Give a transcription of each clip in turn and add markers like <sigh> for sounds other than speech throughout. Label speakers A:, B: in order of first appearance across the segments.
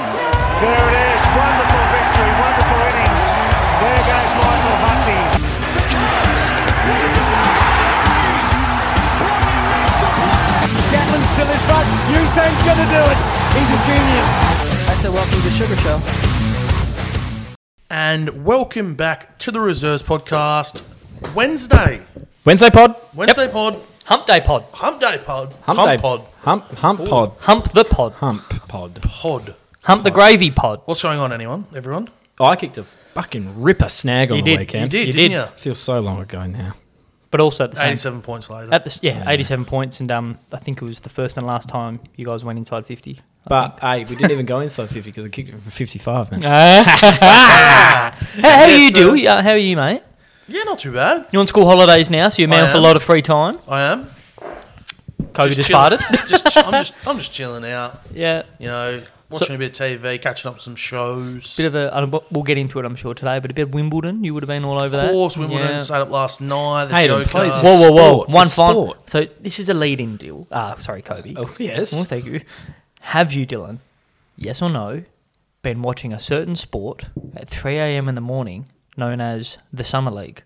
A: There it is. Wonderful victory. Wonderful innings. There goes Lionel Huttie.
B: Gatlin still in front. Usain's going to do it. He's a genius.
C: I said, welcome to the Sugar Show.
D: And welcome back to the Reserves Podcast. Wednesday.
E: Wednesday pod.
D: Wednesday pod.
E: Hump day pod.
D: Hump day pod.
E: Hump, day
D: pod.
E: Hump hump pod.
F: Hump the pod.
E: Hump pod.
D: Pod.
F: Hump the gravy pod.
D: What's going on, anyone? Everyone?
E: Oh, I kicked a fucking ripper snag on
F: You
E: the
F: did.
E: weekend.
D: You did,
F: You
D: didn't
F: did.
D: you?
E: Feels so long ago now.
F: But also at the same
D: 87 points later.
F: at the yeah, eighty seven points and um I think it was the first and last time you guys went inside fifty.
E: But hey, we didn't even go inside fifty because I kicked it for fifty-five, man.
F: How, how you
D: Yes,
F: do? Yeah, how are you, mate?
D: yeah, not too bad.
F: You're on school holidays now, so you're
D: I
F: man for a
D: am.
F: lot of free time.
D: I am.
F: Kobe Oh, just,
D: chill-
F: farted.
D: <laughs> just, I'm, just, I'm just chilling out,
F: <laughs> yeah.
D: you know, watching a bit of TV, catching up some shows.
F: Bit of a, I don't- we'll get into it, I'm sure, today, but a bit of Wimbledon. You would have been all over that.
D: of course, Wimbledon
F: Yeah.
D: stayed up last night. The
E: Hayden,
D: Joker.
E: please.
F: Whoa, whoa, whoa.
E: Sport.
F: One
E: It's
F: final.
E: sport.
F: So this is a lead in deal. Ah, sorry, Kobe.
E: Oh, yes.
F: Oh, thank you. Have you, Dylan, yes or no, been watching a certain sport at 3 a.m. in the morning known as the Summer League?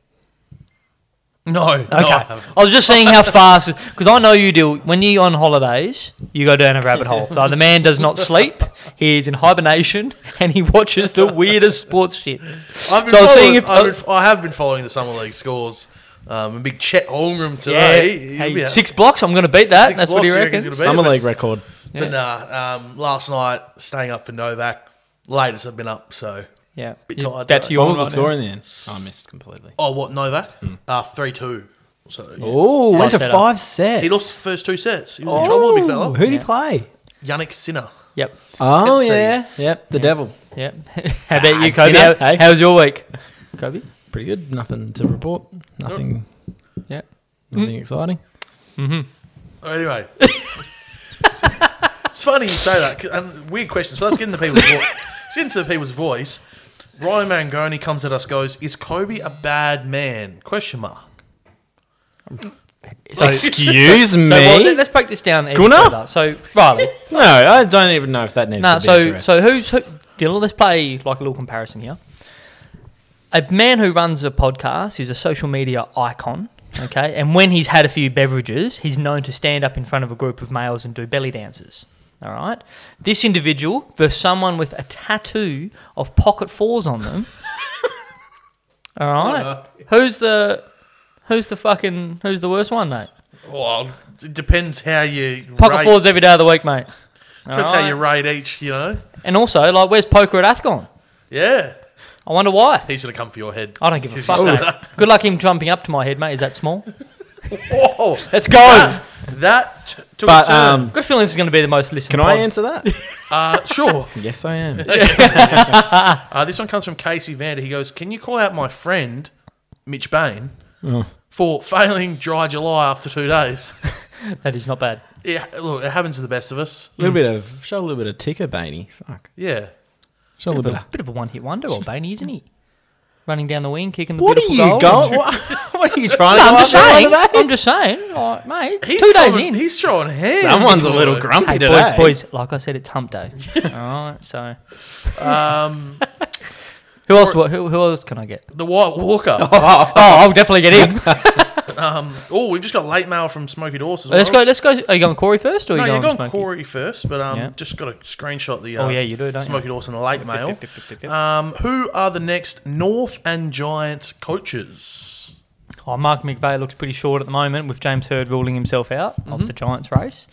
D: No. Okay. No,
F: Okay.
D: I
F: I,
D: haven't.
F: was just seeing how fast, because I know you do. When you're on holidays, you go down a rabbit hole. Like, the man does not sleep. He is in hibernation <laughs> and he watches the weirdest sports shit.
D: I've been
F: So I was
D: following,
F: seeing if-
D: I've been, I have been following the Summer League scores. Um, a big Chet Holmgren today. He'll
F: Hey,
D: be out.
F: six blocks. I'm going to beat that.
D: Six
F: That's what he
D: blocks, you reckon he's
F: reckons.
D: gonna beat
E: Summer
D: it, but-
E: league record.
D: But nah, um, last night staying up for Novak. Latest I've been up, so
F: Yeah.
D: Bit
F: You-
D: tired
F: That's
D: today.
F: your
E: What was the
F: right now.
E: score in the end? Oh, I missed completely.
D: oh what Novak?
E: Hmm.
D: Uh three two. So
E: Oh, went to
F: set up.
E: five sets.
D: he lost the first two sets. He was in trouble, big fella.
E: Oh, Who did he play?
D: Yannick Sinner.
F: Yep.
E: Oh
D: Tennessee.
E: yeah, yep. The devil.
F: Yeah. <laughs> How about
E: Ah,
F: you, Kobe?
E: sinner.
F: How,
E: Hey.
F: how was your week, Kobe?
E: Pretty good. Nothing to report. Nothing.
F: Yep.
E: Nothing exciting.
D: Oh,
E: <laughs>
D: Anyway. it's, it's funny you say that. 'cause- And weird question. So let's get into the people's voice. Let's get into the people's voice. Ryan Mangoni comes at us, goes, "Is Kobe a bad man?" Question mark.
F: So, so
E: <laughs> Excuse me.
F: well, let- let's break this down. even
E: Gunnar?
F: further. So Riley.
E: no, I don't even know if that needs
F: nah,
E: to be
F: so
E: addressed.
F: so who's who, Dylan? Let's play like a little comparison here. A man who runs a podcast is a social media icon. Okay, and when he's had a few beverages, he's known to stand up in front of a group of males and do belly dances. All right, this individual versus someone with a tattoo of pocket fours on them. All right, who's the who's the fucking who's the worst one, mate?
D: Well, it depends how you
F: Pocket
D: rate,
F: fours every day of the week, mate.
D: Depends how you rate each. You know.
F: And also, like, where's poker at Athgon?
D: Yeah.
F: I wonder why.
D: He's gonna come for your head.
F: I don't give
D: If
F: a
D: you
F: fuck.
D: say
E: <laughs>
F: mate.
D: that.
F: Good luck him jumping up to my head, mate. Is that small?
D: Whoa,
F: Let's go.
D: that t- took a
E: but
D: turn.
E: um,
F: Good feeling this is going to be the most listened.
E: can I
F: pod.
E: answer that?
D: Uh, sure.
E: yes, I am.
D: Uh, this one comes from Casey Vander. He goes, "Can you call out my friend Mitch Bain
E: Oh.
D: for failing dry July after two days?" <laughs>
F: That is not bad.
D: Yeah, look, it happens to the best of us.
F: Hmm.
E: A little bit of show a little bit of ticker, Bainey. Fuck.
D: Yeah.
E: Show a little
F: Bit
E: bit
F: of
E: of.
F: a, bit of a one-hit wonder, or Bainey, isn't he? Running down the wing, kicking the
E: What are
F: beautiful
E: you
F: goal. <laughs>
E: going? What, what are you trying
F: No, I'm
E: to
F: just
E: do after
F: saying.
E: that?
F: I'm just saying, like, mate.
D: He's
F: two days
D: throwing-
F: in.
D: He's throwing hands.
E: Someone's a little grumpy
F: Hey, boys,
E: today.
F: boys. Like I said, it's
E: <laughs>
F: Hump Day. All right, so
D: Um,
F: <laughs> who else? Who, who else can I get?
D: the White Walker.
E: <laughs>
F: Oh, I'll definitely get him.
D: Oh, we've just got late mail from Smokey Dawes as well.
F: let's go. Let's go. Are you going Corey first, or
D: No,
F: are you
D: you're
F: going,
D: going
F: Smokey?
D: Corey first, but um,
F: Yeah.
D: just got to screenshot the. Uh,
F: Oh, yeah, you do, don't you?
D: Smokey Dawson the late mail.
F: dip, dip, dip, dip.
D: Um, who are the next North and Giant coaches?
F: Oh, Mark McVeigh looks pretty short at the moment with James Hurd ruling himself out of the Giants race.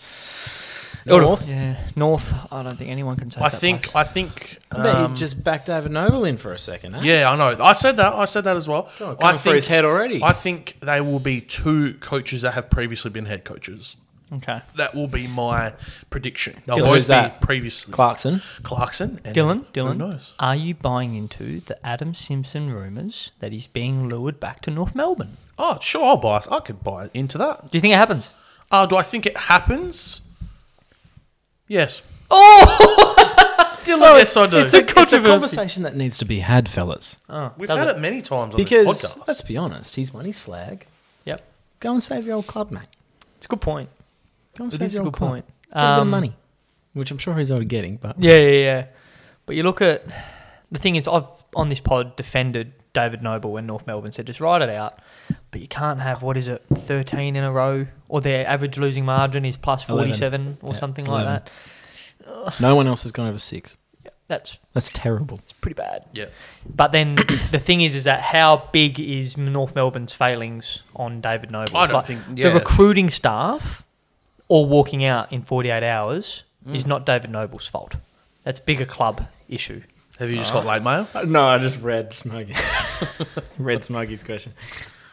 E: Oh, North?
F: Yeah, Mm-hmm. North. I don't think anyone can take
D: I
F: that
D: think.
F: place.
D: I think.
E: I bet
D: Um,
E: he just backed David Noble in for a second. Eh?
D: yeah, I know. I said that. I said that as well.
E: Oh,
D: I
E: coming
D: think.
E: for his head already.
D: I think they will be two coaches that have previously been head coaches.
F: Okay.
D: That will be my prediction. They'll
E: Dylan,
D: both
E: who's
D: be
E: that?
D: previously
E: Clarkson.
D: Clarkson and
F: Dylan,
D: then
F: Dylan,
D: Who knows?
F: are you buying into the Adam Simpson rumours that he's being lured back to North Melbourne?
D: Oh, sure, I'll buy. I could buy into that.
F: Do you think it happens?
D: Oh, do I think it happens? Yes. <laughs>
F: Dylan,
D: yes, I do.
E: Oh! It's a, it's a
F: controversy.
E: conversation that needs to be had, fellas.
D: We've
F: does
D: had
F: it?
D: it many times on this
E: Because
D: podcast.
E: let's be honest, he's won his flag.
F: Yep,
E: Go and save your old club, mate.
F: it's a good point.
E: Go and
F: It
E: save
F: is a
E: your old
F: good
E: club.
F: point.
E: Get a bit of
F: Um,
E: money, which I'm sure he's already getting. But
F: Yeah, yeah, yeah. But you look at the thing is, I've on this pod defended David Noble when North Melbourne said just ride it out, but you can't have what is it, thirteen in a row, or their average losing margin is plus
E: Eleven.
F: forty-seven or
E: Yeah,
F: something like
E: 11.
F: that.
E: No one else has gone over six.
F: That's
E: That's terrible.
F: it's pretty bad.
D: Yeah.
F: But then <coughs> the thing is, is that how big is North Melbourne's failings on David Noble?
D: I don't
F: Like,
D: think-
F: the
D: yeah.
F: recruiting staff all walking out in 48 hours
D: Mm.
F: is not David Noble's fault. That's bigger club issue.
D: Have you just
F: Ah.
D: got late mail?
E: No, I just read
F: <laughs>
E: Smuggy. read Smuggy's question.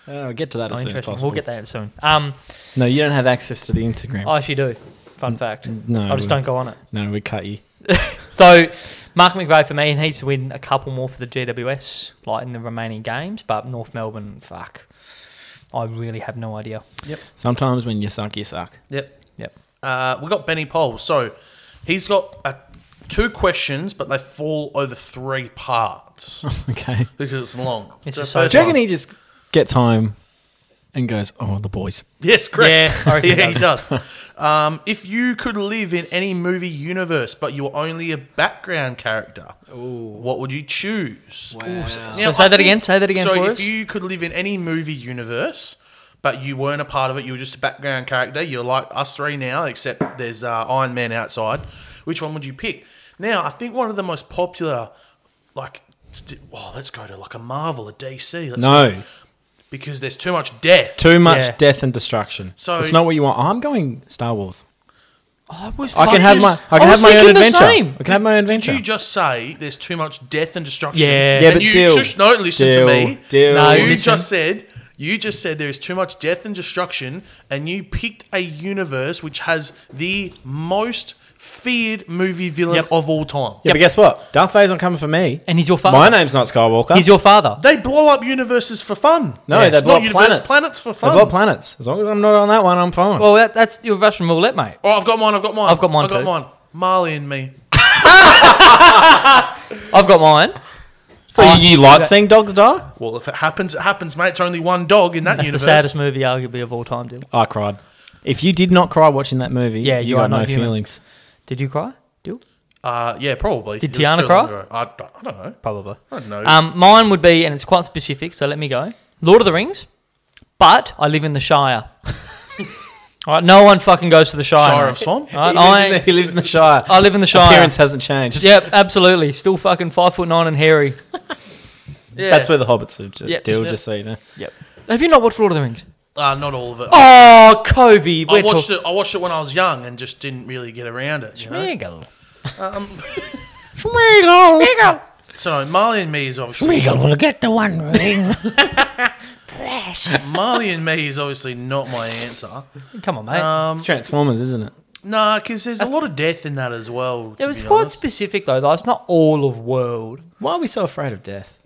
E: Uh, I'll get to that
F: Oh,
E: as soon as
F: interesting.
E: possible.
F: We'll get that soon. Um,
E: No, you don't have access to the Instagram.
F: I actually do. Fun fact.
E: Mm. no,
F: I just
E: we-
F: don't go on it.
E: No, we cut you.
F: So Mark McVeigh for me, he needs to win a couple more for the GWS, like in the remaining games. But North Melbourne, fuck, I really have no idea.
E: Sometimes when you suck, you suck. <laughs>
D: Yep.
F: Yep.
D: Uh, we got Benny Pohl. So he's got uh, two questions, but they fall over three parts <laughs>
E: Okay.
D: because it's long.
F: <laughs> It's
D: So
F: just
D: the first
E: Do you reckon
D: one-
E: he just gets home and goes, "Oh, the boys."
D: Yes, correct.
F: Yeah,
D: <laughs>
F: I reckon he
D: he does.
F: <laughs>
D: um, if you could live in any movie universe, but you were only a background character, what would you choose?
F: So say that again. Say that again
D: So
F: for
D: if
F: us.
D: you could live in any movie universe, but you weren't a part of it, you were just a background character. You're like us three now, except there's uh, Iron Man outside. Which one would you pick? Now, I think one of the most popular, like, st- oh, let's go to like a Marvel, a DC, let's
E: No,
D: because there's too much death.
E: too much
F: Yeah.
E: death and destruction.
D: So-
E: So it's not what you want. I'm going Star Wars.
F: I, was
E: I can have my. I can
F: was
E: have my own
F: thinking the
E: adventure.
F: same.
E: I can have my own adventure.
D: Did you just say there's too much death and destruction?
F: Yeah.
E: Yeah,
D: and
E: but
D: you
E: deal.
D: just- no, listen to
E: Deal.
D: me.
E: Deal.
F: No,
D: you
F: listen.
D: just said you just said there is too much death and destruction, and you picked a universe which has the most feared movie villain
F: Yep.
D: of all time.
E: yeah, but guess what? Darth Vader's not coming for me.
F: And he's your father.
E: My name's not Skywalker.
F: He's your father.
D: They blow up universes for fun.
E: no,
D: It's
E: they blow
D: not
E: up
D: universe,
E: planets.
D: planets for
E: They
D: fun.
E: blow up planets. As long as I'm not on that one, I'm fine.
F: Well, that, that's your Russian roulette, mate.
D: oh, I've got mine. I've got mine.
F: I've got mine
D: I've got
F: too.
D: mine. Marley and me.
F: I've got mine.
E: so
F: I-
E: you, you like
F: Okay.
E: seeing dogs die?
D: Well, if it happens, it happens, mate. It's only one dog in that
F: That's
D: universe.
F: the saddest movie, arguably, of all time, Dylan.
E: I cried. If you did not cry watching that movie,
F: Yeah,
E: you,
F: you are
E: got
F: not
E: no
F: human.
E: feelings.
F: Did you cry, Dylan?
D: Uh, yeah, probably.
F: Did
D: It was
F: Tiana
D: two of
F: cry?
D: them in a row. I don't, I don't know.
F: Probably.
D: I don't know.
F: Um, mine would be, and it's quite specific, so let me go. Lord of the Rings, but I live in
D: <laughs>
F: the Shire. all right, no one fucking goes to the Shire.
D: Shire of Swan.
F: All right,
E: he, lives in the,
F: I,
E: he lives in the Shire.
F: I live in the Shire.
E: Appearance hasn't changed.
F: Yep, absolutely. Still fucking five foot nine and hairy.
D: Yeah.
E: That's where the hobbits are. Just,
F: Yep.
E: deal,
D: Yep.
E: just so you know.
F: Yep. Have you not watched Lord of the Rings?
D: Uh, not all of it.
F: Oh, Kobe.
D: I
F: We're
D: watched
F: talking-
D: it. I watched it when I was young and just didn't really get around it. You know?
F: Schmeagol.
D: Um,
F: <laughs> Schmeagol. Schmeagol.
D: so Marley and Me is obviously
E: will get the one
D: <laughs>
E: ring.
D: Marley and Me is obviously not my answer.
F: Come on, mate.
D: Um,
E: It's Transformers, isn't it?
D: nah, because there's a lot of death in that as well.
F: it
D: to
F: was
D: be
F: quite
D: honest.
F: specific, though, though. It's not all of world.
E: Why are we so afraid of death?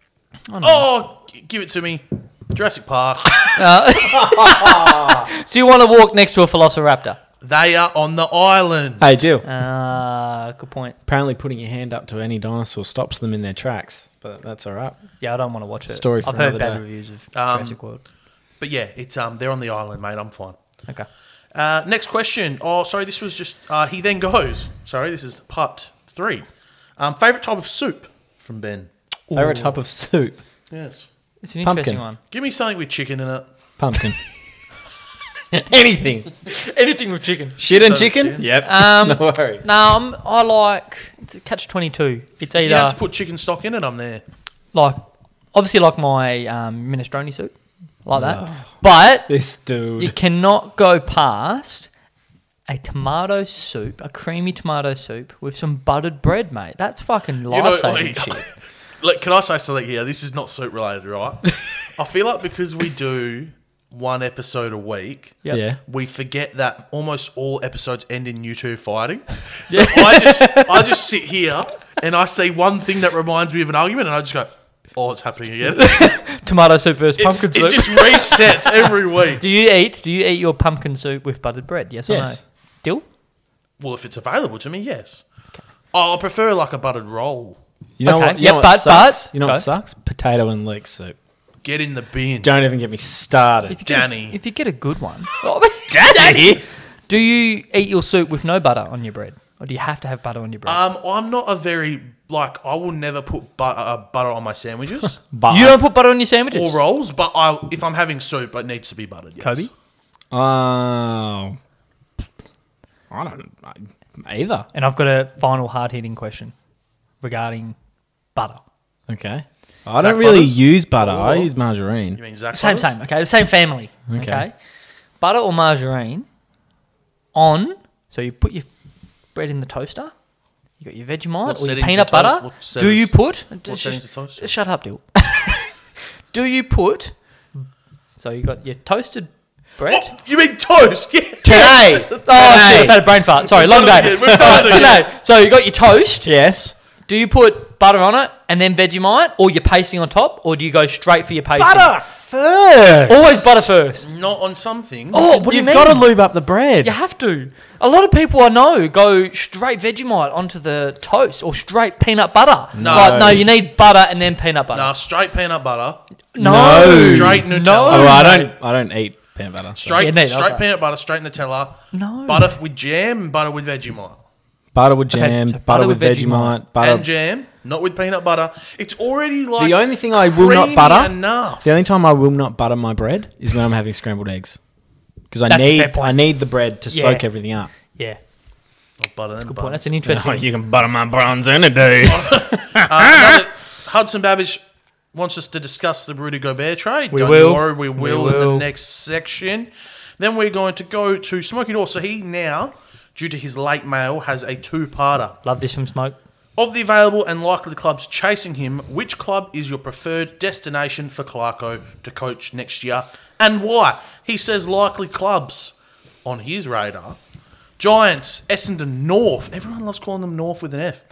D: Oh, g- give it to me. Jurassic
E: <laughs>
D: Park.
F: So you want to walk next to a velociraptor?
D: they are on the island.
E: Hey, Jill.
F: Ah, good point.
E: Apparently, putting your hand up to any dinosaur stops them in their tracks, but that's all right.
F: Yeah, I don't want to watch it.
E: Story for
F: I've heard
E: another
F: bad
E: day.
F: reviews of
D: Um,
F: Jurassic World.
D: But yeah, it's um, they're on the island, mate. I'm fine.
F: Okay.
D: Uh, next question. Oh, sorry, this was just. Uh, he then goes. Sorry, this is part three. Um, favorite type of soup from Ben.
E: Favorite type of soup?
D: Yes.
F: It's an
E: Pumpkin.
F: interesting one.
D: Give me something with chicken in it.
F: <laughs>
E: Pumpkin. <laughs> Anything.
F: Anything with chicken.
E: Shit and
D: So,
E: chicken?
D: chicken?
E: Yep. <laughs>
F: Um,
E: no worries.
F: No, I'm, I like it's a catch twenty two. It's
D: You have
F: either
D: to put chicken stock in it. I'm there.
F: like obviously like my um, minestrone soup, like that. But
E: This dude.
F: you cannot go past a tomato soup, a creamy tomato soup with some buttered bread, mate. That's fucking
D: know,
F: life saving
D: like-
F: shit.
D: <laughs>
F: <laughs>
D: Look, can I say something here? This is not soup related, right? I feel like because we do one episode a week,
F: Yep.
E: Yeah.
D: we forget that almost all episodes end in you two fighting. So I just I just sit here and I say one thing that reminds me of an argument, and I just go, "Oh, it's happening again." It,
F: Tomato soup versus pumpkin
D: it
F: soup.
D: just resets every week.
F: do you eat? Do you eat your pumpkin soup with buttered bread? Yes or
E: Yes.
F: no? Dill.
D: Well, if it's available to me, yes. Oh, I prefer like a buttered roll.
E: You know
F: Okay.
E: what? You
F: Yeah,
E: know what
F: but-
E: sucks?
F: but-
E: you know
F: Go.
E: what sucks? Potato and leek soup.
D: Get in the bin.
E: Don't even get me started.
F: If you get a-
D: Danny.
F: if you get a good one, Danny, do you eat your soup with no butter on your bread? Or do you have to have butter on your bread?
D: Um, I'm not a very like I will never put butter, uh, butter on my
E: <laughs>
D: sandwiches
E: But
F: you don't put butter on your sandwiches?
D: or rolls, but I if I'm having soup, it needs to be buttered. Yes.
F: Kobe?
E: Oh. I don't I, either.
F: And I've got a final hard hitting question regarding butter.
E: Okay. I
D: Zach
E: don't really
D: Butters?
E: use butter. I
D: Or-
E: use margarine.
D: you mean Zach?
F: Same,
D: Butters?
F: same. Okay, the same family. Okay. Butter or margarine on. So you put your bread in the toaster. You got your Vegemite
D: What
F: or your
D: settings
F: peanut
D: the toast-
F: butter.
D: what
F: Do
D: settings-
F: you put?
D: What settings the toast?
F: Shut up, Dill. <laughs> Do you put? So you got your toasted bread
D: Oh, you mean toast? <laughs> Yeah.
F: today. oh shit! I've had a brain fart. Sorry, long
D: done it <laughs>
F: day.
D: again. We've done it
F: today. So you got your toast.
E: Yes.
F: Do you put butter on it and then Vegemite, or your pasting on top, or do you go straight for your pasting?
E: Butter first.
F: Always butter first.
D: Not on something.
E: Oh,
F: what do you
E: you've Oh, got to
F: mean?
E: lube up the bread.
F: You have to. A lot of people I know go straight Vegemite onto the toast or straight peanut butter.
D: No.
F: Like, no, you need butter and then peanut butter.
D: Nah, Uh, straight peanut butter,
F: No.
E: No.
D: straight Nutella,
E: Oh, I don't. I don't eat peanut butter. so-
D: straight
F: Yeah, no,
D: straight
F: okay.
D: peanut butter, straight Nutella,
F: No.
D: butter with jam, and butter with Vegemite,
E: Butter with jam.
F: so
E: butter, with Vegemite. butter.
D: and jam, not with peanut butter. It's already like
E: The only thing I will not
D: creamy
E: butter-
D: enough.
E: The only time I will not butter my bread is when I'm having scrambled eggs, because I
F: That's a fair
E: need
F: point.
E: I need the bread to
F: Yeah.
E: soak everything <laughs> up.
F: Yeah.
D: Not butter That's
F: Good point. That's an interesting.
E: Oh, can butter my bronze any day.
F: Ah!
D: Hudson Babbage wants us to discuss the Rudy Gobert trade.
F: We
D: Don't
F: will.
D: you worry, we will, in
F: will.
D: the next section. Then we're going to go to Smoky Door. So he now, due to his late mail, has a two-parter.
F: Love this from Smoke.
D: Of the available and likely clubs chasing him, which club is your preferred destination for Clarko to coach next year and why? He says likely clubs on his radar. Giants, Essendon, North. Everyone loves calling them North with an F.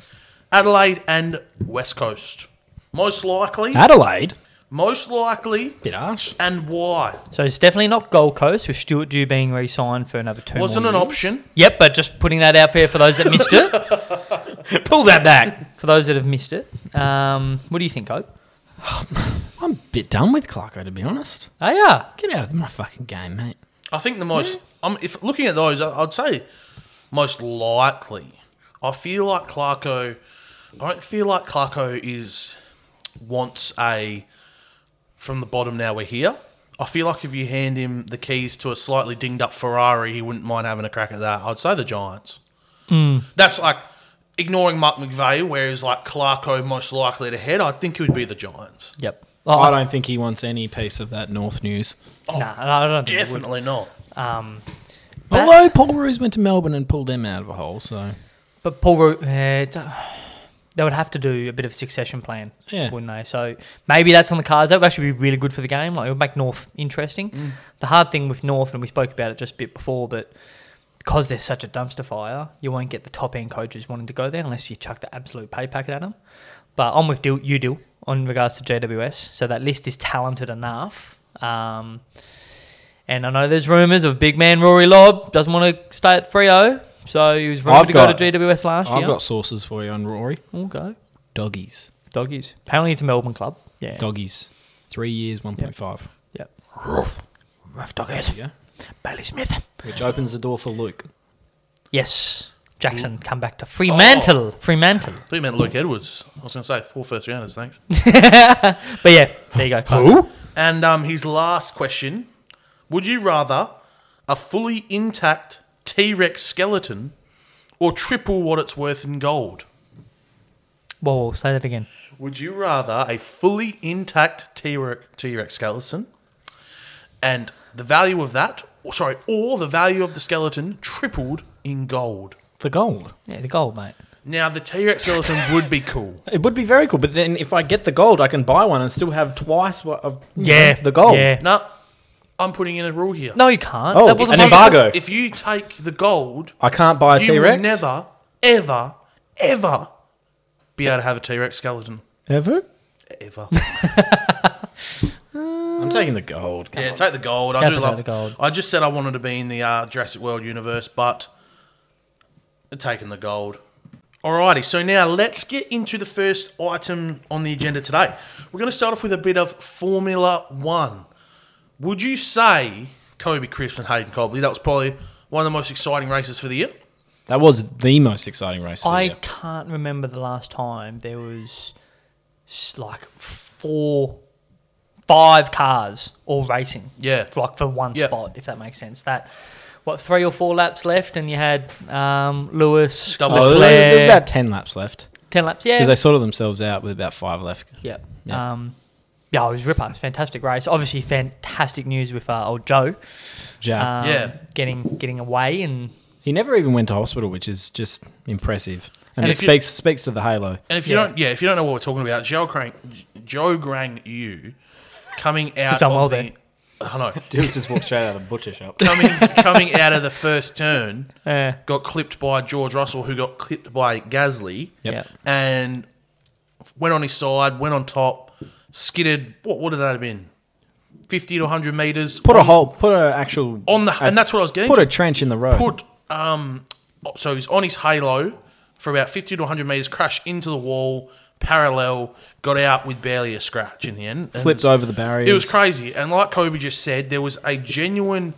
D: Adelaide and West Coast. Most likely,
E: Ah. Adelaide.
D: most likely,
E: Bit harsh.
D: and why?
F: So it's definitely not Gold Coast with Stuart Dew being re-signed for another two.
D: Wasn't
F: more
D: an
F: years.
D: option.
F: Yep, but just putting that out there for those that missed
D: <laughs>
F: it.
E: Pull that back.
F: For those that have missed it, um, what do you think, Hope?
E: I'm a bit done with Clarko, to be honest.
F: Oh yeah,
E: Get out of my fucking game, mate.
D: I think the most. I'm if looking at those, I- I'd say most likely. I feel like Clarko. I don't feel like Clarko is wants a from the bottom. Now we're here. I feel like if you hand him the keys to a slightly dinged up Ferrari, he wouldn't mind having a crack at that. I'd say the Giants. That's like ignoring Mark McVeigh, whereas like Clarko most likely to head. I think it would be the Giants.
F: yep. Oh,
E: I
F: I
E: don't think he wants any piece of that North news.
F: nah, I don't think it would.
D: Definitely not.
F: Um, But-
E: Although Paul Roos went to Melbourne and pulled them out of a hole, so
F: but Paul, Ro- eh, it's, uh, they would have to do a bit of succession plan,
E: Yeah.
F: wouldn't they? So maybe that's on the cards. That would actually be really good for the game. Like it would make North interesting.
E: Mm.
F: The hard thing with North, and we spoke about it just a bit before, but because they're such a dumpster fire, you won't get the top end coaches wanting to go there unless you chuck the absolute pay packet at them. But I'm with Dil, you, Dil, on regards to JWS. So that list is talented enough. Um, and I know there's rumours of big man Rory Lobb doesn't want to stay at 3 So he was rumoured
E: I've
F: to
E: got-
F: go to GWS last
E: I've
F: year.
E: got sources for you on Rory.
F: We'll go.
E: Doggies,
F: Doggies. Apparently it's a Melbourne club. Yeah.
E: doggies, three years, one point five.
F: Yep. Rough doggies.
E: Yeah,
F: Bailey Smith.
E: which opens the door for Luke.
F: Yes. Jackson, come back to Fremantle.
E: Oh.
F: Fremantle.
D: I thought you meant Luke Edwards. I was going to say four first rounders. Thanks.
F: But yeah, there you go. Who?
D: And um, his last question Would you rather a fully intact T Rex skeleton or triple what it's worth in gold?
F: Whoa, whoa, say that again.
D: Would you rather a fully intact T Rex skeleton and the value of that, or, sorry, or the value of the skeleton tripled in gold?
E: The gold.
F: Yeah, the gold, mate.
D: Now, the T Rex skeleton would be cool.
E: It would be very cool, but then if I get the gold, I can buy one and still have twice what of you
F: Yeah.
E: know, Mm-hmm. the gold.
F: Yeah.
D: No, I'm putting in a rule here.
F: No, you can't.
E: Oh,
F: that wasn't
E: an
F: my-
E: embargo.
D: If you take the gold,
E: I can't buy a
D: you
E: T
D: will
E: Rex.
D: never, ever, ever be able to have a T Rex skeleton.
E: ever.
D: Ever.
E: I'm taking the gold.
D: <laughs> yeah, take the gold. I
F: Definitely
D: do love
F: the gold.
D: I just said I wanted to be in the uh, Jurassic World universe, but taking the gold. Alrighty, so now let's get into the first item on the agenda today. We're going to start off with a bit of Formula One. Would you say Kobe Crisp and Hayden Cobley? That was probably one of the most exciting races for the year.
E: That was the most exciting race. Of the
F: I
E: year.
F: can't remember the last time there was s- like four, five cars all racing.
D: Yeah.
F: For, like for one
D: Yeah.
F: spot, if that makes sense. That what three or four laps left, and you had um, Lewis,
D: Double.
E: Oh, there's,
F: Leclerc,
E: there's about ten laps left
F: ten laps.
E: because
F: Yeah,
E: they sorted themselves out with about five left.
F: yeah,
E: Yeah.
F: Um, yeah. It was ripper. It's a fantastic race. Obviously, fantastic news with uh, old Joe.
E: Ja,
F: um,
D: Yeah.
F: getting getting away and
E: he never even went to hospital, which is just impressive, and,
D: And
E: it
D: if you-
E: speaks speaks to
D: <laughs>
E: the halo.
D: And if you
F: Yeah.
D: don't, yeah, if you don't know what we're talking about, Joe Crane, Joe Grang Yu, coming out
F: done
D: of
F: well
D: the,
F: there.
D: I know,
E: Dude's just walked straight out of the butcher shop.
D: coming coming out of the first
F: <laughs>
D: turn,
F: uh,
D: got clipped by George Russell, who got clipped by Gasly,
E: Yep.
F: yeah.
D: and went on his side, went on top, skidded. What would that have been? Fifty to hundred meters.
E: <laughs> Put a
D: on,
E: hole, put a actual
D: on the, and that's what I was getting.
E: put
D: to.
E: a trench in the road.
D: put um so he's on his halo for about 50 to 100 meters crashed into the wall parallel got out with barely a scratch in the end and
E: Flipped
D: it was-
E: over the barriers.
D: it was crazy and like kobe just said there was a genuine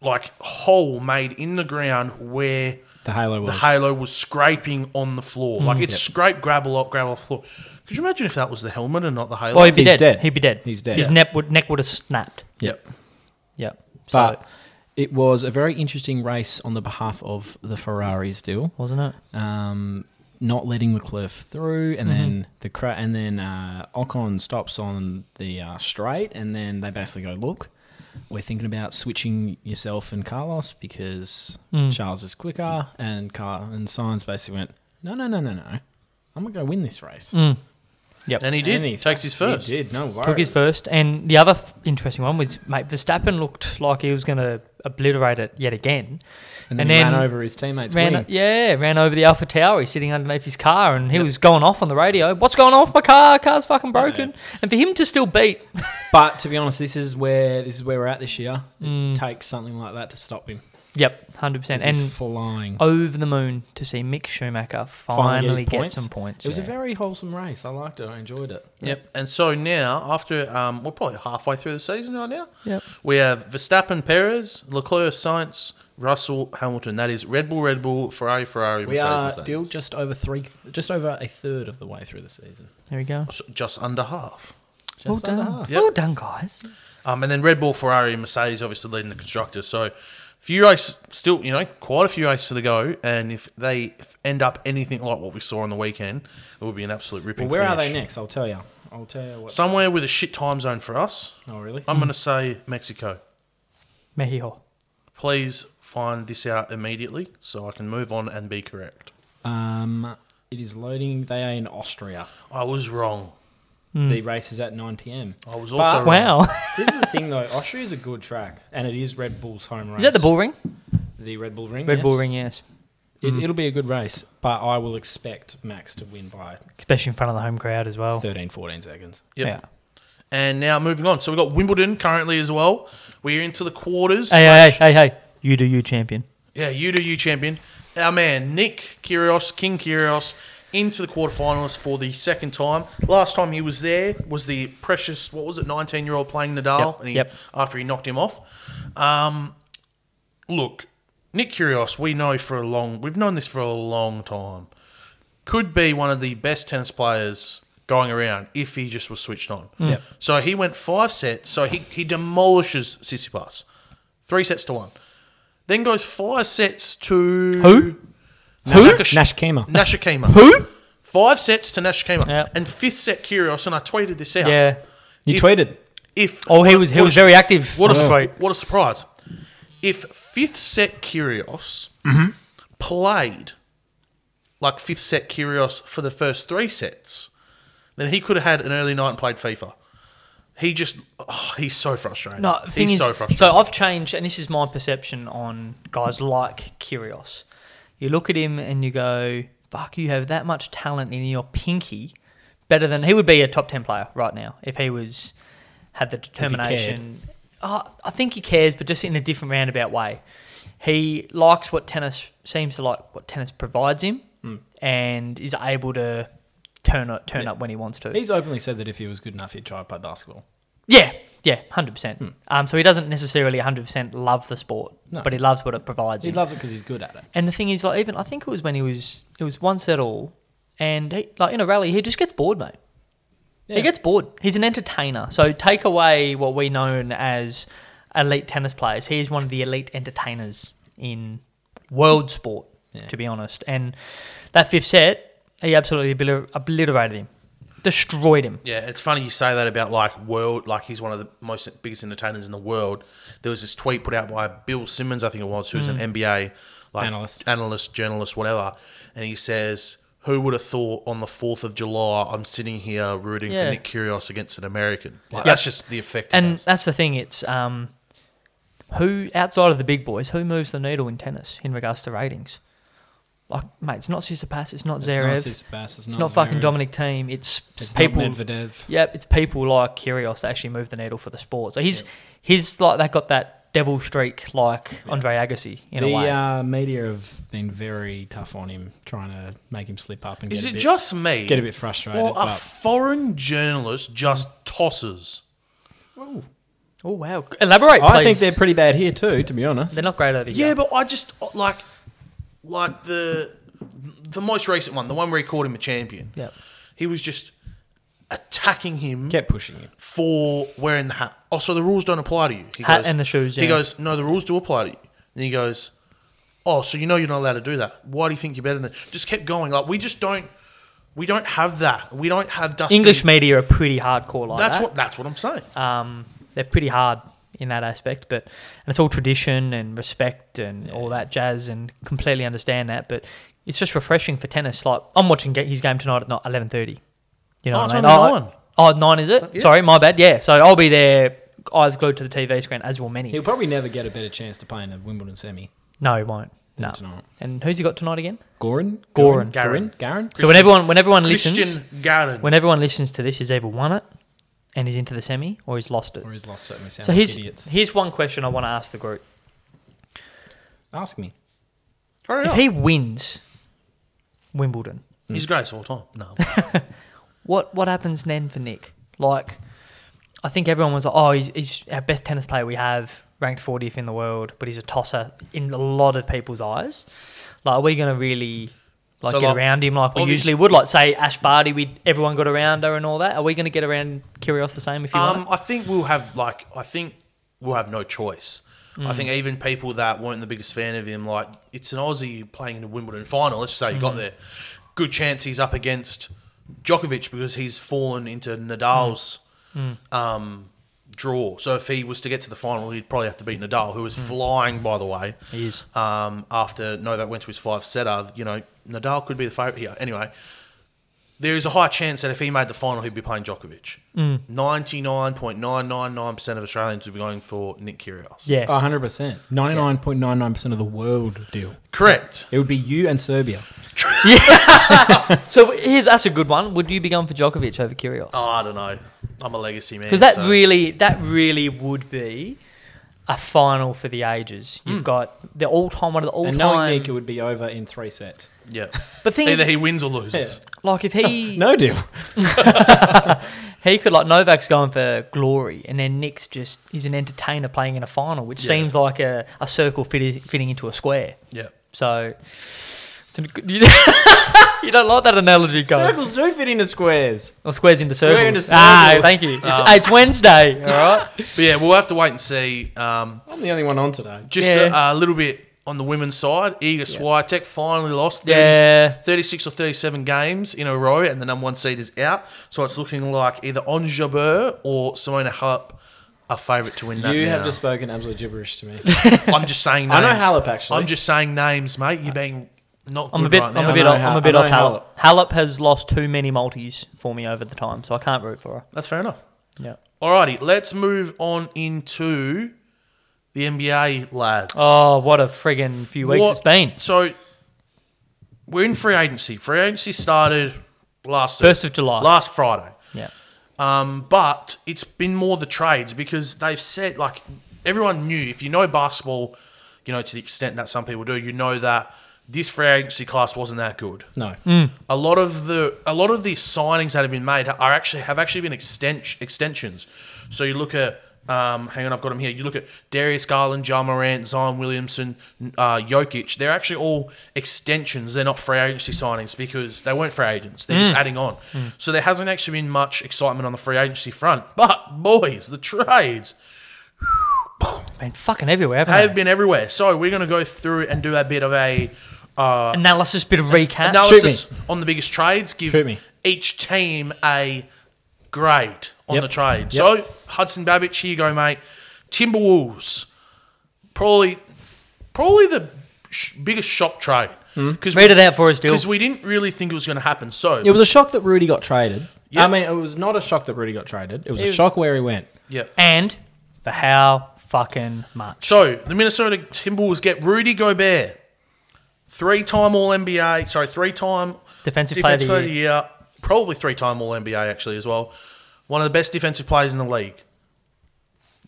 D: like hole made in the ground where
E: The halo was. Mm.
D: the halo was scraping on the floor like it scraped gravel up gravel off the floor could you imagine if that was the helmet and not the halo
F: Well, he'd be
E: He's
F: dead.
E: dead.
F: He'd be dead.
E: He's dead.
F: His
E: Yeah.
F: neck would neck would have snapped.
E: Yep.
F: Yeah. So,
E: But it was a very interesting race on the behalf of the Ferraris deal.
F: wasn't it?
E: Um, not letting Leclerc through, and
F: Mm-hmm.
E: then the cra- and then uh, Ocon stops on the uh, straight, and then they basically go, "Look, we're thinking about switching yourself and Carlos because
F: Mm.
E: Charles is quicker." And Car and Sainz basically went, "No, no, no, no, no, I'm gonna go win this race."
D: and he did
E: And
D: takes his first
E: He did, no worries.
F: Mm. Took his first, and the other f- interesting one was mate Verstappen looked like he was going to obliterate it yet again.
E: and then,
F: and
E: he
F: then
E: ran over his teammates.
F: ran
E: wing.
F: yeah, ran over the Alpha Tower. He's sitting underneath his car, and he was going off on the radio. What's going on with my car? Car's fucking broken. And for him to still beat,
E: But to be honest, this is where this is where we're at this year. It takes something like that to stop him.
F: <laughs> yep, hundred percent,
E: 'Cause he's
F: Mm. and
E: flying.
F: over the moon to see Mick Schumacher
E: Finally get
F: finally,
E: his
F: get,
E: points.
F: some points.
E: It was a
F: yeah.
E: very wholesome race. I liked it. I enjoyed it.
D: Yep. And so now, after um, we're probably halfway through the season right now.
F: Yep.
D: We have Verstappen, Perez, Leclerc, Sainz, Russell, Hamilton. That is Red Bull, Red Bull, Ferrari, Ferrari.
E: We
D: Mercedes,
E: are
D: Mercedes.
E: still just over three, just over a third of the way through the season.
F: there we go.
D: S- just under half.
E: Just
F: Well
E: under
F: done.
E: half.
D: Yep.
F: Well done, guys.
D: Um, and then Red Bull, Ferrari, and Mercedes obviously leading the constructors. So few races still, you know, quite a few races to go. And if they f- end up anything like what we saw on the weekend, it would be an absolute ripping.
E: Well, where are
D: finish.
E: they next? I'll tell you. I'll tell you what.
D: Somewhere with a shit time zone for us.
E: oh, really?
D: I'm going to say Mexico.
F: Mexico.
D: Please find this out immediately so I can move on and be correct.
E: Um, it is loading. They are in Austria.
D: I was wrong.
F: Hmm.
E: The race is at 9 p.m.
D: I was also wrong.
F: Wow.
E: this is the thing, though. Austria is a good track, and it is Red Bull's home race.
F: <laughs> Is that the bull ring?
E: The Red Bull Ring.
F: Red Bull
E: yes.
F: ring, Hmm. yes.
E: It, It'll be a good race, but I will expect Max to win by
F: Especially in front of the home crowd as well.
E: 13, 14 seconds.
D: Yep.
F: Yeah.
D: And now moving on. So we've got Wimbledon currently as well. We're into the quarters.
F: Hey, hey,
D: slash-
F: hey, hey, hey. You do you, champion.
D: Yeah, you do you, champion. Our man, Nick Kyrgios, King Kyrgios, into the quarterfinals for the second time. Last time he was there was the precious, what was it, 19 year old playing Nadal
F: Yep,
D: and he,
F: yep.
D: after he knocked him off. Um, look, Nick Kyrgios, we know for a long, we've known this for a long time, could be one of the best tennis players going around if he just was switched on.
E: Yep.
D: So he went five sets. So he, he demolishes Sissipas. Three sets to one. Then goes five sets to.
F: Who?
D: Who?
E: Nashkema.
D: Nashakima. Who? Five sets to Nashakima.
F: Yep.
D: And fifth set Kyrgios, and I tweeted this out.
F: Yeah.
E: You
D: If-
E: tweeted.
D: If
F: Oh, he was he
D: what a
F: was
D: sh-
F: very active.
D: What a
F: last week.
D: su- what a surprise! If fifth set Kyrgios played like fifth set Kyrgios for the first three sets, then he could have had an early night and played FIFA. He just oh, he's so frustrated.
F: No, the thing
D: he's
F: is,
D: so frustrated.
F: so I've changed, and this is my perception on guys like Kyrgios. You look at him and you go, "Fuck, you have that much talent in your pinky." Better than he would be a top ten player right now if he was had the determination. Oh, I think he cares, but just in a different roundabout way. He likes what tennis seems to like what tennis provides him, and is able to turn up, turn up when he wants to.
E: He's openly said that if he was good enough, he'd try to play basketball.
F: Yeah, yeah, hundred percent. Um, so he doesn't necessarily hundred percent love the sport,
E: Hmm. No.
F: but he loves what it provides.
E: He
F: him.
E: loves it because he's good at it.
F: and the thing is, like, even I think it was when he was it was once at all, and he, like in a rally, he just gets bored, mate. He gets bored. He's an entertainer. So take away what we known as elite tennis players. He is one of the elite entertainers in world sport,
E: Yeah.
F: to be honest. And that fifth set, he absolutely obliter- obliterated him, destroyed him.
D: Yeah, it's funny you say that about like world, like he's one of the most biggest entertainers in the world. There was this tweet put out by Bill Simmons, I think it was, who's an NBA like
E: Hmm. Analyst.
D: analyst, journalist, whatever, and he says, "Who would have thought on the fourth of July I'm sitting here rooting
F: Yeah.
D: for Nick Kyrgios against an American?" Like, That's just the effect. it
F: And
D: has.
F: that's the thing. It's um, who outside of the big boys who moves the needle in tennis in regards to ratings. Like, mate, it's not Sissipas, it's not
E: It's not
F: Zverev, it's not,
E: Tsitsipas, it's
F: fucking
E: Zverev,
F: Dominic Team. It's,
E: It's
F: people.
E: Not Medvedev.
F: Yep, it's people like Kyrgios that actually move the needle for the sport. So he's he's like they got that devil streak like Andre Agassi in a
E: the
F: way.
E: uh, media have been very tough on him, trying to make him slip up and
D: is
E: get,
D: it
E: a bit,
D: just me?
E: get a bit frustrated.
D: Or a
E: but
D: foreign journalist just tosses.
F: oh wow, elaborate. Please.
E: I think they're pretty bad here too, to be honest.
F: they're not great over
D: Yeah,
F: here.
D: but I just like like the the most recent one, the one where he called him a champion.
F: Yep.
D: He was just attacking him
E: Kept pushing him.
D: for wearing the hat. Oh, so the rules don't apply to you. He
F: Hat and the shoes,
D: He
F: yeah.
D: goes, no, the rules do apply to you. And he goes, oh, so you know you're not allowed to do that. Why do you think you're better than? Just kept going. Like we just don't, we don't have that. We don't have Dusty.
F: English media are pretty hardcore like
D: That's
F: that.
D: what. That's what I'm saying.
F: um, they're pretty hard in that aspect. But and it's all tradition and respect and all that jazz, and completely understand that. But it's just refreshing for tennis. Like I'm watching ga- his game tonight at eleven thirty. You know,
D: Oh,
F: what
D: it's
F: I mean?
D: on at
F: Oh,
D: nine.
F: oh, at nine is it?
D: Yeah.
F: Sorry, my bad. Yeah, so I'll be there, eyes glued to the TV screen, as will many.
E: He'll probably never get a better chance to play in a Wimbledon semi
F: no, he won't.
E: than
F: No.
E: tonight.
F: And who's he got tonight again?
E: Goran?
F: Goran.
E: Goran? Goran?
F: So when everyone, when everyone listens,
D: Christian Garden.
F: when everyone listens to this, he's either won it and he's into the semi, or he's lost it.
E: Or he's lost it and we sound
F: So
E: like
F: here's
E: idiots.
F: here's one question I want to ask the group.
E: Ask me.
D: Hurry
F: If
D: up.
F: he wins Wimbledon,
D: He's great all time. No,
F: what what happens then for Nick? Like, I think everyone was like, "Oh, he's, he's our best tennis player we have, ranked 40th in the world, but he's a tosser in a lot of people's eyes." Like, are we going to really like
D: So,
F: get
D: like,
F: around him like we
D: all these-
F: usually would? Like, say Ash Barty, we everyone got around her and all that. Are we going to get around Kyrgios the same if you
D: Um,
F: want?
D: I think we'll have like I think we'll have no choice. I think
F: Mm.
D: even people that weren't the biggest fan of him, like it's an Aussie playing in the Wimbledon final. Let's just say he
F: Mm.
D: got there. Good chance he's up against Djokovic because he's fallen into Nadal's
F: Mm.
D: Um, draw. So if he was to get to the final, he'd probably have to beat Nadal, who
F: Mm.
D: is flying, by the way.
F: He is.
D: Um, after Novak went to his five setter, you know Nadal could be the favourite here. Anyway, there is a high chance that if he made the final, he'd be playing Djokovic.
F: Mm.
D: Ninety-nine point nine nine nine percent of Australians would be going for Nick Kyrgios.
F: Yeah,
E: Oh, 100%. 99.99% of the world deal.
D: correct.
E: It would be you and Serbia.
F: So here's that's a good one. Would you be going for Djokovic over Kyrgios?
D: Oh, I don't know. I'm a legacy man.
F: Because that
D: so-
F: really that really would be a final for the ages. You've got the all time one of the all
E: Hmm. and knowing
F: time.
E: Nick, it would be over in three sets.
D: yeah.
F: But <laughs> thing
D: Either
F: is,
D: he wins or loses.
F: like if
E: <laughs>
F: he
E: No deal.
F: he could like Novak's going for glory, and then Nick's just he's an entertainer playing in a final, which seems like a, a circle fit, fitting into a square.
D: Yeah.
F: So it's a good- <laughs> you, don't like that analogy, guys.
E: Circles do fit into squares.
F: Or squares into circles.
E: into
F: Ah,
E: circles. Ah.
F: thank you. It's, hey, it's Wednesday,
E: <laughs>
F: all right.
D: But yeah, we'll have to wait and see. Um,
E: I'm the only one on today.
D: Just
F: Yeah.
D: a, a little bit on the women's side, Iga Swiatek finally lost 30,
F: Yeah.
D: 36 or 37 games in a row, and the number one seed is out. So it's looking like either Onjabur or Simona Halep are favourite to win that.
E: You
D: now.
E: have just spoken absolute gibberish <laughs> to me.
D: I'm just saying
E: <laughs> I
D: names.
E: know Halep, actually.
D: I'm just saying names, mate. You're being not good
F: I'm a bit,
D: right
F: I'm
D: now.
F: a bit,
E: I know
F: off, I'm
E: Hal-
F: a bit
E: I
F: off
E: know
F: Hallop. Hallop has lost too many multis for me over the time, so I can't root for her.
D: That's fair enough.
F: Yeah.
D: Alrighty, let's move on into the NBA, lads.
F: Oh, what a friggin' few weeks
D: What-
F: it's been.
D: So we're in free agency. Free agency started last
F: First of July.
D: last Friday.
F: Yeah.
D: Um, but it's been more the trades because they've said like everyone knew if you know basketball, you know to the extent that some people do, you know that this free agency class wasn't that good.
E: No.
D: A lot of the a lot of the signings that have been made are actually have actually been extension, extensions. So you look at, um, hang on, I've got them here. You look at Darius Garland, Ja Morant, Zion Williamson, uh, Jokic. They're actually all extensions. They're not free agency signings because they weren't free agents. They're just adding on. So there hasn't actually been much excitement on the free agency front. But boys, the trades
F: Been fucking everywhere, haven't
D: have
F: they?
D: been everywhere. So we're going to go through and do a bit of a uh,
F: Analysis, bit of recap.
D: analysis on the biggest trades. Give
E: Shoot me.
D: each team a grade on
E: Yep.
D: the trade. So Hudson Babbage, here you go, mate. Timberwolves, probably, probably the sh- biggest shock trade because
F: Read it out for us, Dill.
D: because we didn't really think it was going to happen. So
E: Hmm. It was a shock that Rudy got traded.
D: Yeah.
E: I mean, it was not a shock that Rudy got traded. It was a shock where he went.
D: yeah.
F: And for how fucking much.
D: So the Minnesota Timberwolves get Rudy Gobert, three-time All NBA. Sorry, three-time
F: Defensive, player of
D: defensive
F: the
D: player of
F: year.
D: the year, probably three-time All NBA actually as well. One of the best defensive players in the league.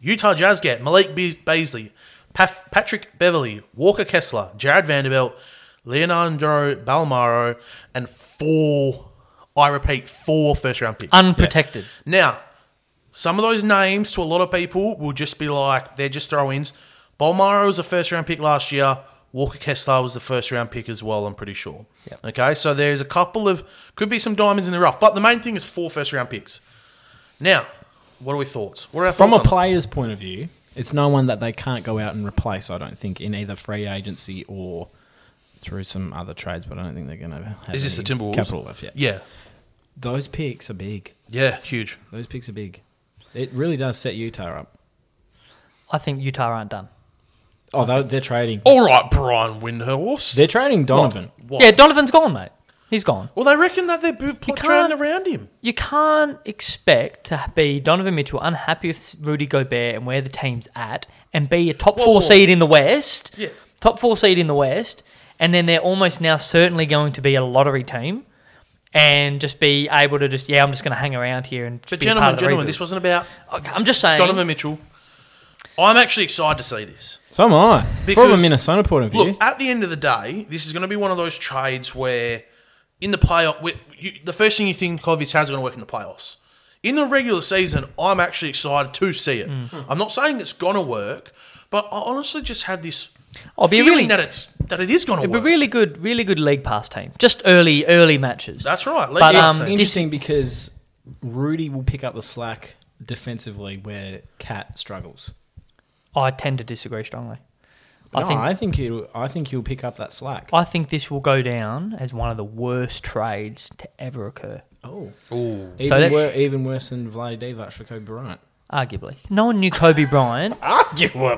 D: Utah Jazz get Malik Be- Beasley, Pat- Patrick Beverly, Walker Kessler, Jared Vanderbilt, Leonardo Balmaro, and four. I repeat, four first-round picks.
F: Unprotected.
D: Now, some of those names to a lot of people will just be like, they're just throw ins. Bolmaro was a first round pick last year. Walker Kessler was the first round pick as well, I'm pretty sure. Okay, so there's a couple of, could be some diamonds in the rough, but the main thing is four first round picks. Now, what are we thoughts? What are our
E: From a
D: thoughts? on
E: player's point of view, it's no one that they can't go out and replace, I don't think, in either free agency or through some other trades, but I don't think they're going to have
D: Is this
E: any
D: the Timberwolves?
E: capital left yet.
D: that? Yeah,
E: Those picks are big.
D: yeah, huge.
E: Those picks are big. It really does set Utah up.
F: I think Utah aren't done.
E: Oh, they're, they're trading.
D: All right, Brian Windhorst.
E: They're trading Donovan.
D: What?
F: Yeah, Donovan's gone, mate. He's gone.
D: Well, they reckon that they're b- pl-
F: can't-
D: trading around him.
F: You can't expect to be Donovan Mitchell unhappy with Rudy Gobert and where the team's at and be a top
D: Whoa,
F: four
D: whoa.
F: seed in the West.
D: Yeah.
F: Top four seed in the West. And then they're almost now certainly going to be a lottery team and just be able to just, yeah, I'm just going to hang around here and
D: But
F: be a part
D: gentlemen,
F: of the
D: gentlemen,
F: reboot.
D: this wasn't about
F: Okay, I'm just saying.
D: Donovan Mitchell. I'm actually excited to see this.
E: So am I. From a
D: Because-
E: Minnesota point of view.
D: Look, at the end of the day, this is going to be one of those trades where in the playoff, where you, the first thing you think of is how's it going to work in the playoffs. In the regular season, I'm actually excited to see it.
F: Mm.
D: I'm not saying it's going to work, but I honestly just had this
F: I'll be
D: feeling
F: really-
D: that it's that it is going to
F: It'd be
D: work.
F: really good, really good league pass team. Just early, early matches.
D: That's right.
F: But,
D: yeah,
F: um,
D: so-
E: Interesting because Rudy will pick up the slack defensively where Cat struggles.
F: I tend to disagree strongly.
E: I
F: I
E: no, think,
F: think
E: I think he'll I think he'll pick up that slack.
F: I think this will go down as one of the worst trades to ever occur.
E: Oh,
D: Ooh.
E: even,
F: that's-
E: wor- even worse than Vlade Divac for Kobe Bryant.
F: Arguably, no one knew Kobe Bryant.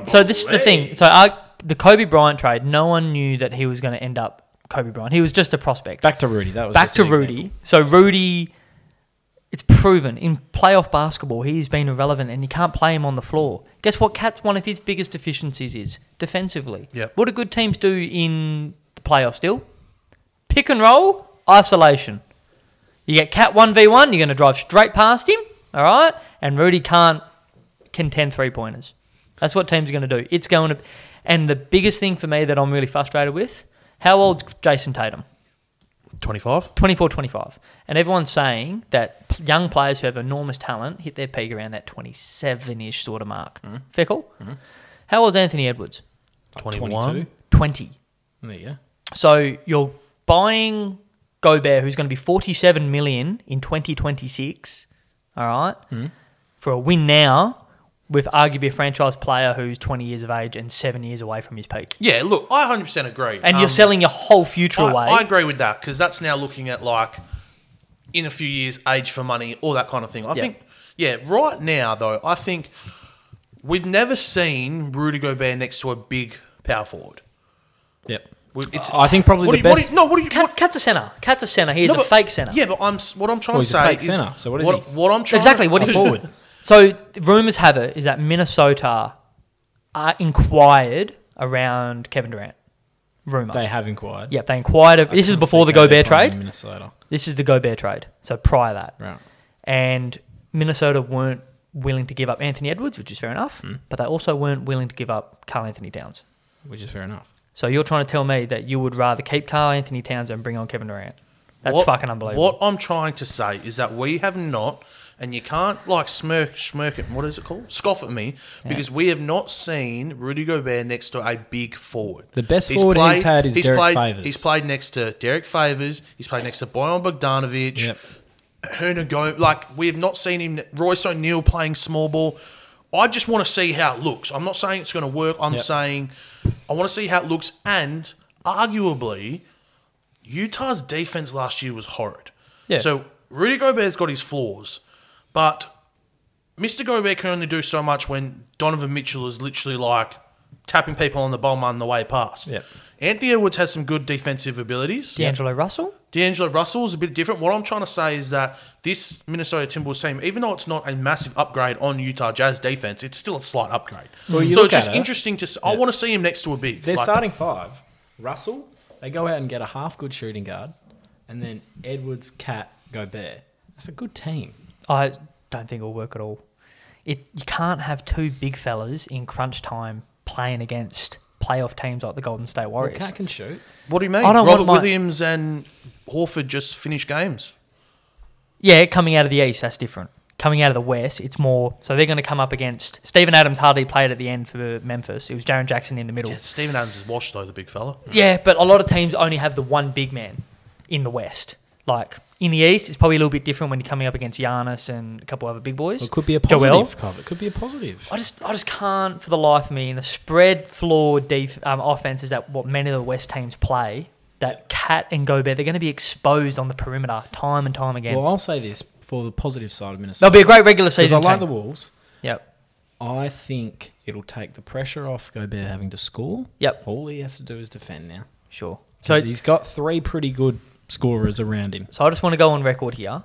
F: so this is the thing. So uh, the Kobe Bryant trade, no one knew that he was going to end up Kobe Bryant. He was just a prospect.
E: Back to Rudy. That was
F: Back
E: just
F: to
E: an
F: Rudy.
E: example.
F: So Rudy, it's proven in playoff basketball he's been irrelevant and you can't play him on the floor. Guess what? Cat's one of his biggest deficiencies is defensively.
D: Yep.
F: What do good teams do in the playoffs? Still, pick and roll, isolation. You get Cat one v one. You're going to drive straight past him. All right, and Rudy can't contend three pointers. That's what teams are going to do. It's going to, and the biggest thing for me that I'm really frustrated with. How old's Jason Tatum?
D: 25.
F: 24 25 and everyone's saying that p- young players who have enormous talent hit their peak around that 27ish sort of mark
D: Mm-hmm.
F: fair call how old's anthony edwards
E: Like
D: 21.
F: 20
E: There you go.
F: so you're buying gobert who's going to be 47 million in 2026 all right
D: Mm-hmm.
F: for a win now with arguably a franchise player who's 20 years of age and seven years away from his peak
D: Yeah, look, I 100% agree.
F: and you're
D: Um,
F: selling your whole future
D: I,
F: away
D: I agree with that because that's now looking at like in a few years, age for money, all that kind of thing. I
F: Yeah.
D: think, yeah, right now though, I think we've never seen Rudy Gobert next to a big power forward.
E: Yep.
D: We- It's,
E: I think probably
D: what
E: Uh, the
D: do you,
E: best.
D: What do you, no, what do you?
F: Cat,
D: what-
F: Cat's a centre. Cat's a centre. He is
D: no,
F: a
D: but-
F: fake centre.
D: Yeah, but I'm. s- What I'm trying
E: Well, he's
D: to
E: a
D: say
E: fake
D: is
E: centre, so what is
D: what,
E: he?
D: what I'm trying
F: Exactly. What
D: to,
F: is forward? So rumors have it is that Minnesota uh, inquired around Kevin Durant. Rumor.
E: They have inquired.
F: yep, they inquired. Of, this is before the Gobert trade.
E: Minnesota.
F: This is the Gobert trade. So prior that,
E: Right.
F: and Minnesota weren't willing to give up Anthony Edwards, which is fair enough, but they also weren't willing to give up Carl Anthony Towns.
E: Which is fair enough.
F: So you're trying to tell me that you would rather keep Carl Anthony Towns and bring on Kevin Durant? That's
D: what-
F: fucking unbelievable.
D: What I'm trying to say is that we have not And you can't like smirk, smirk at what is it called? Scoff at me because we have not seen Rudy Gobert next to a big forward.
E: The best forward he's had is Derek
D: played,
E: Favors.
D: He's played next to Derek Favors. He's played next to Boyan Bogdanovich.
E: Yep.
D: Hernan Gomez. Like we have not seen him. Royce O'Neal playing small ball. I just want to see how it looks. I'm not saying it's going to work. I'm
E: Yep.
D: saying I want to see how it looks. And arguably, Utah's defense last year was horrid.
F: Yeah.
D: So Rudy Gobert's got his flaws, but Mr. Gobert can only do so much when Donovan Mitchell is literally like tapping people on the bum on the way past.
E: Yep.
D: Anthony Edwards has some good defensive abilities.
F: D'Angelo Russell.
D: D'Angelo Russell is a bit different. What I'm trying to say is that this Minnesota Timberwolves team, even though it's not a massive upgrade on Utah Jazz defense, it's still a slight upgrade.
E: you
D: so
E: look
D: it's just
E: at it.
D: interesting to. See, I want to see him next to a big.
E: They're
D: Like,
E: starting five. Russell, they go out and get a half good shooting guard, and then Edwards, Cat, Gobert. That's a good team.
F: I don't think it'll work at all. It you can't have two big fellas in crunch time playing against playoff teams like the Golden State
E: Well,
F: Warriors.
E: Cat can shoot.
D: What do you mean?
F: I don't
D: Robert
F: want my-
D: Williams and Horford just finished games.
F: yeah, coming out of the East, that's different. Coming out of the West, it's more so they're going to come up against Stephen Adams hardly played at the end for Memphis. It was Jaron Jackson in the middle.
D: Yeah, Stephen Adams is washed though, the big fella.
F: Yeah, but a lot of teams only have the one big man in the West. Like in the East, it's probably a little bit different when you're coming up against Giannis and a couple other big boys.
E: It could be a positive,
F: Joel?
E: It could be a positive.
F: I just, I just can't for the life of me. In the spread floor def- um, offense is that what many of the West teams play. That Cat and Gobert, they're going to be exposed on the perimeter time and time again.
E: Well, I'll say this for the positive side of Minnesota.
F: They'll be a great regular
E: Because I
F: season.
E: like the
F: team.
E: Wolves.
F: Yep.
E: I think it'll take the pressure off Gobert having to score.
F: Yep.
E: All he has to do is defend now.
F: Sure. So,
E: So he's got three pretty good scorers around him.
F: so I just want to go on record here.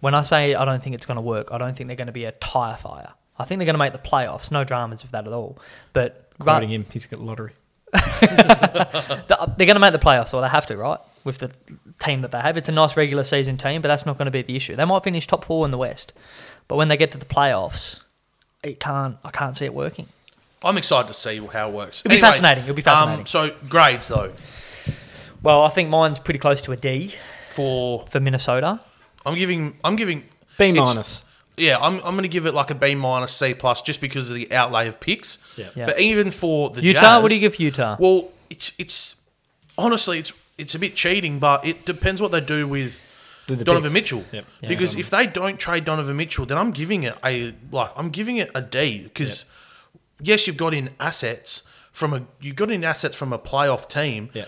F: When I say I don't think it's going to work, I don't think they're going to be a tire fire. I think they're going to make the playoffs. No dramas of that at all. But right,
E: Quoting him, he's got lottery.
F: The- they're going to make the playoffs, or they have to, right? With the team that they have, it's a nice regular season team, but that's not going to be the issue. They might finish top four in the West, but when they get to the playoffs, it can't. I can't see it working.
D: I'm excited to see how it works. um,
F: It'll be fascinating. It'll be fascinating.
D: so grades though
F: Well, I think mine's pretty close to a D
D: for
F: for Minnesota.
D: I'm giving I'm giving
E: B
D: it's-
E: minus.
D: Yeah, I'm, I'm going to give it like a B minus C plus just because of the outlay of picks.
E: Yeah.
F: Yeah.
D: But even for the
F: Utah,
D: Jazz-
F: what do you give Utah?
D: Well, it's it's honestly it's it's a bit cheating, but it depends what they do with
E: With the
D: Donovan
E: picks.
D: Mitchell.
E: Yep. Yeah,
D: because
E: Donovan.
D: if they don't trade Donovan Mitchell, then I'm giving it a like I'm giving it a D because yes, you've got in assets from a you got in assets from a playoff team
E: Yeah.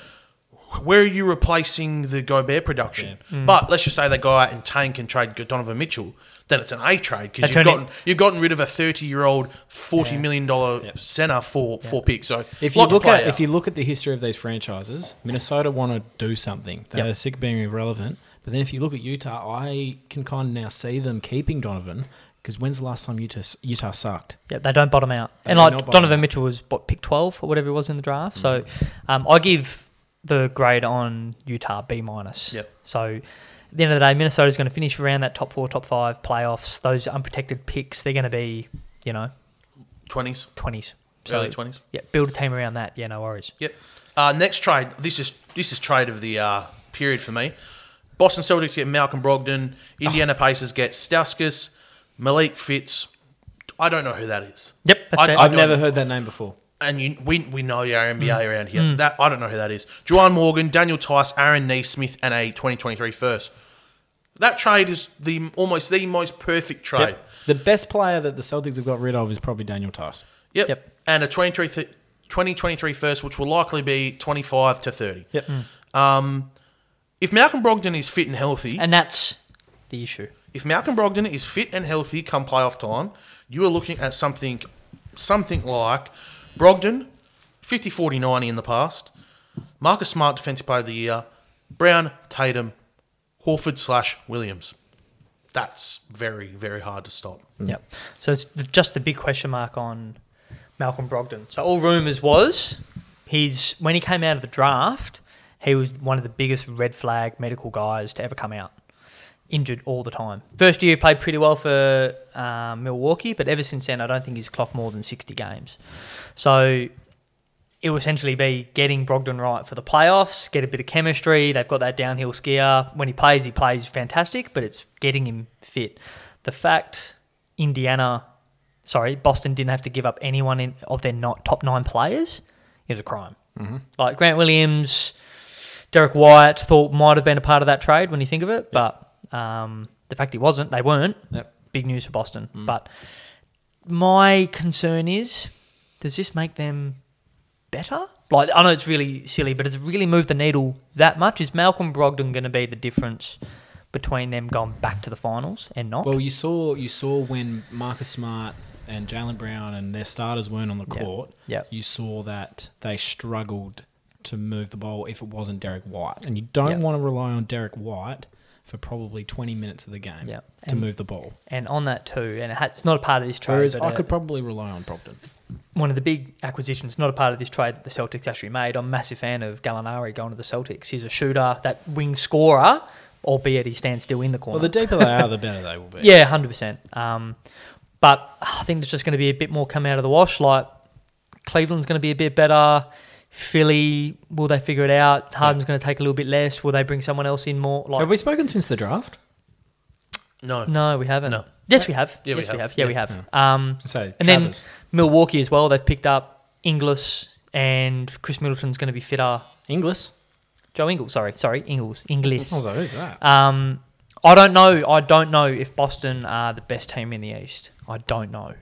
D: where are you replacing the Gobert production? But let's just say they go out and tank and trade Donovan Mitchell, then it's an A trade
F: They
D: because
F: turn
D: you've
F: it-
D: gotten you've gotten rid of a thirty year old forty million dollar
E: Yep.
D: center for four picks. So
E: If you
D: lot to
E: look
D: play
E: at
D: out.
E: if you look at the history of these franchises, Minnesota want to do something. They're
F: Yep.
E: sick of being irrelevant. But then if you look at Utah, I can kind of now see them keeping Donovan because when's the last time Utah Utah sucked?
F: Yeah, they don't bottom out.
E: They
F: and
E: do
F: like
E: not bottom
F: Donovan
E: out. Mm.
F: Mitchell was what pick twelve or whatever it was in the draft. So um, I give the grade on Utah B minus.
D: Yep.
F: So at the end of the day, Minnesota's going to finish around that top four, top five playoffs. Those unprotected picks, they're going to be you know
D: twenties,
F: twenties. So,
D: early twenties.
F: Yeah, build a team around that. Yeah, no worries.
D: Yep. Uh, next trade. This is this is trade of the uh, period for me. Boston Celtics get Malcolm Brogdon.
E: Oh.
D: Indiana Pacers get Stauskas, Malik Fitz. I don't know who that is.
F: Yep, that's
D: I-
F: fair.
D: I
E: I've
D: don't-
E: never heard that name before.
D: and you, we we know the NBA
E: Mm.
D: around here. That I don't know who that is. Juwan Morgan, Daniel Tice, Aaron Neesmith, and a 2023 first. That trade is the almost the most perfect trade.
E: Yep. The best player that the Celtics have got rid of is probably Daniel Tice.
D: Yep.
F: Yep.
D: And a 23 th- 2023 first, which will likely be 25 to 30.
E: Yep.
D: If Malcolm Brogdon is fit and healthy,
F: and that's the issue.
D: if Malcolm Brogdon is fit and healthy come playoff time, you are looking at something something like Brogdon, 50 40 90 in the past, Marcus Smart Defensive Player of the Year, Brown, Tatum, Horford slash Williams. That's very, very hard to stop.
F: Yep. So it's just the big question mark on Malcolm Brogdon. So all rumors was he's when he came out of the draft, he was one of the biggest red flag medical guys to ever come out. Injured all the time. First year he played pretty well for um, Milwaukee, but ever since then I don't think he's clocked more than sixty games. So it will essentially be getting Brogdon right for the playoffs, get a bit of chemistry. They've got that downhill skier. When he plays, he plays fantastic, but it's getting him fit. the fact Indiana, sorry, Boston didn't have to give up anyone in, of their not, top nine players is a crime.
E: Mm-hmm.
F: Like Grant Williams, Derek Wyatt thought might have been a part of that trade when you think of it, but um, the fact he wasn't, they weren't.
E: Yep. Mm-hmm.
F: Big news for Boston. But my concern is, does this make them better? Like I know it's really silly, but it's really moved the needle that much. Is Malcolm Brogdon going to be the difference between them going back to the finals and not?
E: Well, you saw you saw when Marcus Smart and Jalen Brown and their starters weren't on the
F: Yeah.
E: court.
F: Yeah.
E: You saw that they struggled to move the ball if it wasn't Derek White, and you don't
F: Yeah.
E: want to rely on Derek White for probably twenty minutes of the game
F: Yeah.
E: to
F: And-
E: move the ball.
F: and on that too, and it ha- it's not a part of this trade.
E: Whereas
F: but,
E: I
F: uh,
E: could probably rely on Brogdon.
F: one of the big acquisitions, not a part of this trade that the Celtics actually made. I'm a massive fan of Gallinari going to the Celtics. He's a shooter, that wing scorer, albeit he stands still in the corner.
E: Well, the deeper they are, the better they will be.
F: Yeah, hundred percent. Um, but I think there's just going to be a bit more coming out of the wash. Like Cleveland's going to be a bit better. Philly, will they figure it out? Harden's going to take a little bit less. Will they bring someone else in more? Like
E: Have we spoken since the draft?
D: No.
F: no, we haven't.
D: No.
F: Yes, we have.
D: Yeah, we
F: yes, we
D: have.
F: have. Yeah, we have. Um,
E: So
F: and
E: Travers.
F: then Milwaukee as well. They've picked up Inglis and Chris Middleton's going to be fitter.
E: Inglis.
F: Joe Ingles, sorry, sorry, Ingles, Inglis.
E: Oh, so who's that?
F: Um, I don't know. I don't know if Boston are the best team in the East. I don't know.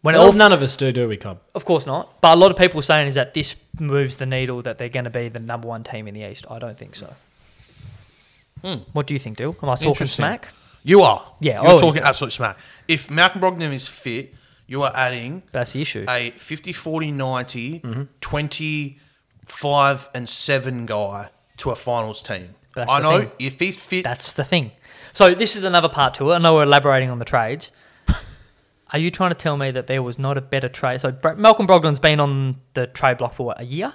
F: When it
E: well,
F: all
E: none of us do, do we, Cobb?
F: Of course not. But a lot of people are saying is that this moves the needle that they're going to be the number one team in the East. I don't think so. What do you think, Dill? Am I talking
D: Interesting.
F: smack?
D: You are.
F: Yeah,
D: You're
F: always
D: talking
F: do.
D: absolute smack. If Malcolm Brogdon is fit, you are adding
F: That's the issue.
D: a 50 40 90 25 and 7 guy to a finals team
F: That's
D: i
F: the
D: know
F: thing.
D: if he's fit
F: That's the thing. So this is another part to it. I know we're elaborating on
E: <laughs>
F: the trades. Are you trying to tell me that there was not a better trade? So Bra- Malcolm Brogdon's been on the trade block for what, a year,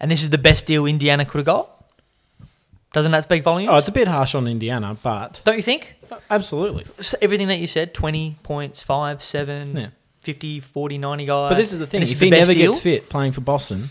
F: and this is the best deal Indiana could have got. Doesn't that speak volumes?
E: Oh, it's a bit harsh on Indiana, but
F: Don't you think?
E: absolutely.
F: So everything that you said 20 points, 5, 7,
E: Yeah.
F: 50, 40, 90 guys.
E: But this is Uh, the thing:
F: And this
E: if
F: the
E: he
F: best
E: never
F: deal.
E: gets fit playing for Boston,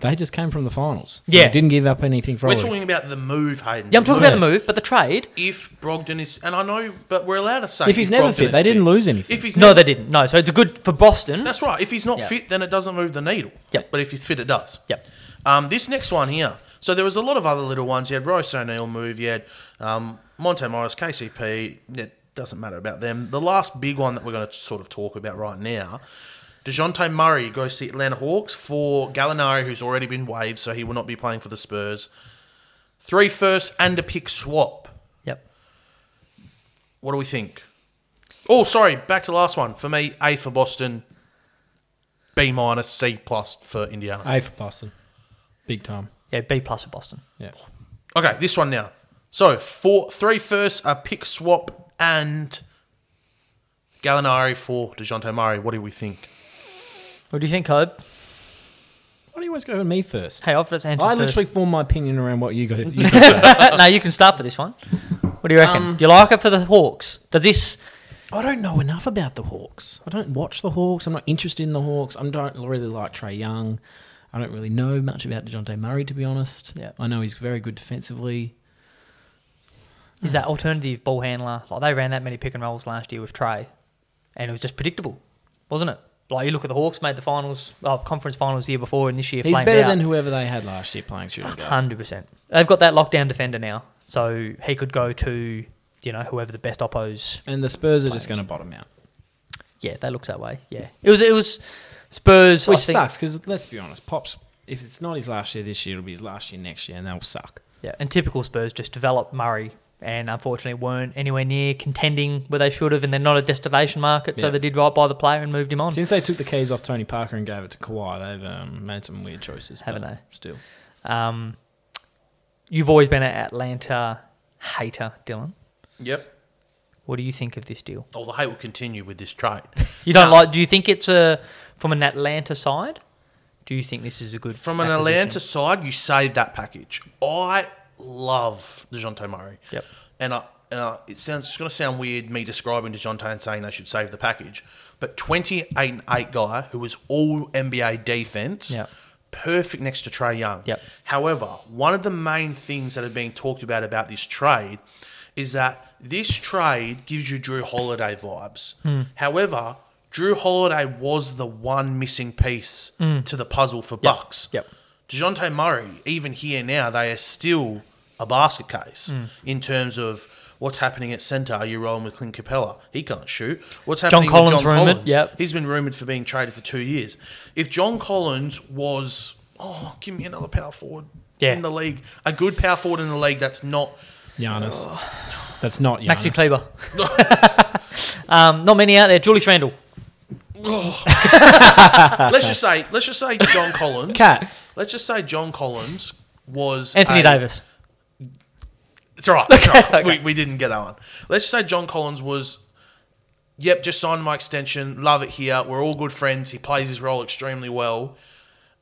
E: they just came from the finals.
F: Yeah.
E: they didn't give up anything for
D: we're
E: it.
D: talking about the move hayden
F: Yeah, I'm talking
D: The
F: about the move, but the trade.
D: if brogdon is and i know but we're allowed to say
E: If he's never
D: Brogdon
E: fit,
D: is
E: they didn't lose anything.
D: if he's
F: No,
D: never-
F: they didn't. No, so it's a good for Boston.
D: that's right if he's not
F: Yeah.
D: fit then it doesn't move the needle
F: Yep.
D: but if he's fit it does
F: Yep.
D: um, this next one here so there was a lot of other little ones you had Royce O'Neal move you had um, Monte Morris KCP it doesn't matter about them the last big one that we're going to sort of talk about right now DeJounte Murray goes to the Atlanta Hawks for Gallinari, who's already been waived, so he will not be playing for the Spurs. Three firsts and a pick swap.
F: Yep.
D: What do we think? Oh, sorry, back to the last one. For me, A for Boston, B minus, C plus for Indiana.
E: A for Boston, big time.
F: Yeah, B plus for Boston.
E: Yeah,
D: Okay, this one now. So four, three firsts, a pick swap, and Gallinari for Dejounte Murray. What do we think?
F: What do you think, Cobe?
E: why do you always go with me first?
F: Hey, I've let's answer
E: I
F: first.
E: literally form my opinion around what you go. <laughs> You go say.
F: <laughs> no, you can start for this one. What do you reckon?
E: Um,
F: do you like it for the Hawks? Does this?
E: I don't know enough about the Hawks. I don't watch the Hawks. I'm not interested in the Hawks. I don't really like Trey Young. I don't really know much about Dejounte Murray, to be honest.
F: Yeah.
E: I know he's very good defensively.
F: Is
E: Hmm.
F: that alternative ball handler? Like they ran that many pick and rolls last year with Trey, and it was just predictable, wasn't it? Like you look at the Hawks made the finals, oh, conference finals the year before, and this year
E: He's
F: flamed
E: better
F: out.
E: than whoever they had last year playing shooting guard.
F: Hundred percent. They've got that lockdown defender now, so he could go to you know whoever the best oppos.
E: And the Spurs are just going to bottom out,
F: Yeah, that looks that way. Yeah, it was it was Spurs.
E: which
F: I think,
E: sucks because let's be honest, Pops. If it's not his last year this year, it'll be his last year next year, and they'll suck.
F: Yeah, and typical Spurs just developed Murray, and unfortunately weren't anywhere near contending where they should have, and they're not a destination market, so
E: Yeah.
F: they did right by the player and moved him on.
E: Since they took the keys off Tony Parker and gave it to Kawhi, they've um, made some weird choices,
F: Haven't
E: but
F: they?
E: Still,
F: Um, you've always been an Atlanta hater, Dylan.
D: Yep.
F: What do you think of this deal?
D: Well, Oh, the hate will continue with this trade.
F: You don't like? Do you think it's a from an Atlanta side? Do you think this is a good
D: From an
F: acquisition?
D: Atlanta side, you saved that package. I love Dejounte Murray.
F: Yep.
D: And I, and I, it sounds it's going to sound weird me describing Dejounte and saying they should save the package, but twenty eight and eight guy who was all NBA defense.
F: Yep.
D: Perfect next to Trey Young.
F: Yep.
D: However, one of the main things that have been talked about about this trade is that this trade gives you Drew Holiday vibes.
F: Hmm.
D: However, Drew Holiday was the one missing piece
F: Hmm.
D: to the puzzle for Bucks.
E: Yep.
D: DeJounte Murray, even here now, they are still a basket case
F: Hmm.
D: in terms of what's happening at centre. Are you rolling with Clint Capella? He can't shoot. What's happening with
F: Collins
D: John
F: rumoured,
D: Collins?
F: yep.
D: He's been rumoured for being traded for two years. If John Collins was, oh, give me another power forward
F: Yeah.
D: in the league, a good power forward in the league that's not
E: Giannis. <sighs> That's not Giannis.
F: Maxi Kleber.
D: <laughs>
F: um, not many out there. Julius Randle.
D: let's just say let's just say
F: <laughs>
D: John Collins.
E: Cat.
D: Let's just say John Collins was
F: Anthony
D: a-
F: Davis.
D: It's all right. It's all right. We, we didn't get that one. Let's just say John Collins was. Yep, just signed my extension. Love it here. We're all good friends. He plays his role extremely well,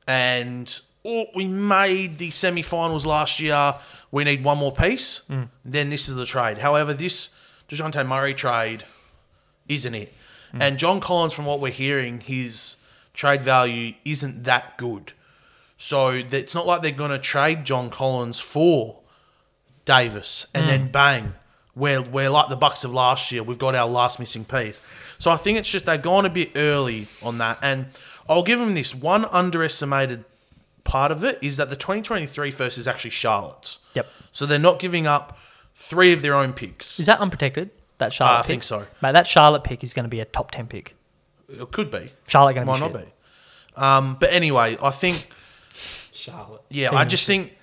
D: and oh, we made the semi-finals last year. We need one more piece. Then this is the trade. However, this Dejounte Murray trade isn't it? And John Collins, from what we're hearing, his trade value isn't that good. So that- it's not like they're going to trade John Collins for Davis and
F: Mm.
D: then bang. We're, we're like the Bucks of last year. We've got our last missing piece. So I think it's just they've gone a bit early on that. And I'll give them this one underestimated part of it is that the 2023 first is actually Charlotte's.
F: Yep.
D: So they're not giving up three of their own picks.
F: Is that unprotected? That Charlotte
D: Ah, I
F: pick?
D: think so.
F: Mate, that Charlotte pick is going to be a top 10 pick.
D: It could be.
F: Charlotte going to
D: Might
F: be
D: not
F: shit.
D: be. Um, but anyway, I think,
E: Charlotte.
D: yeah, I just think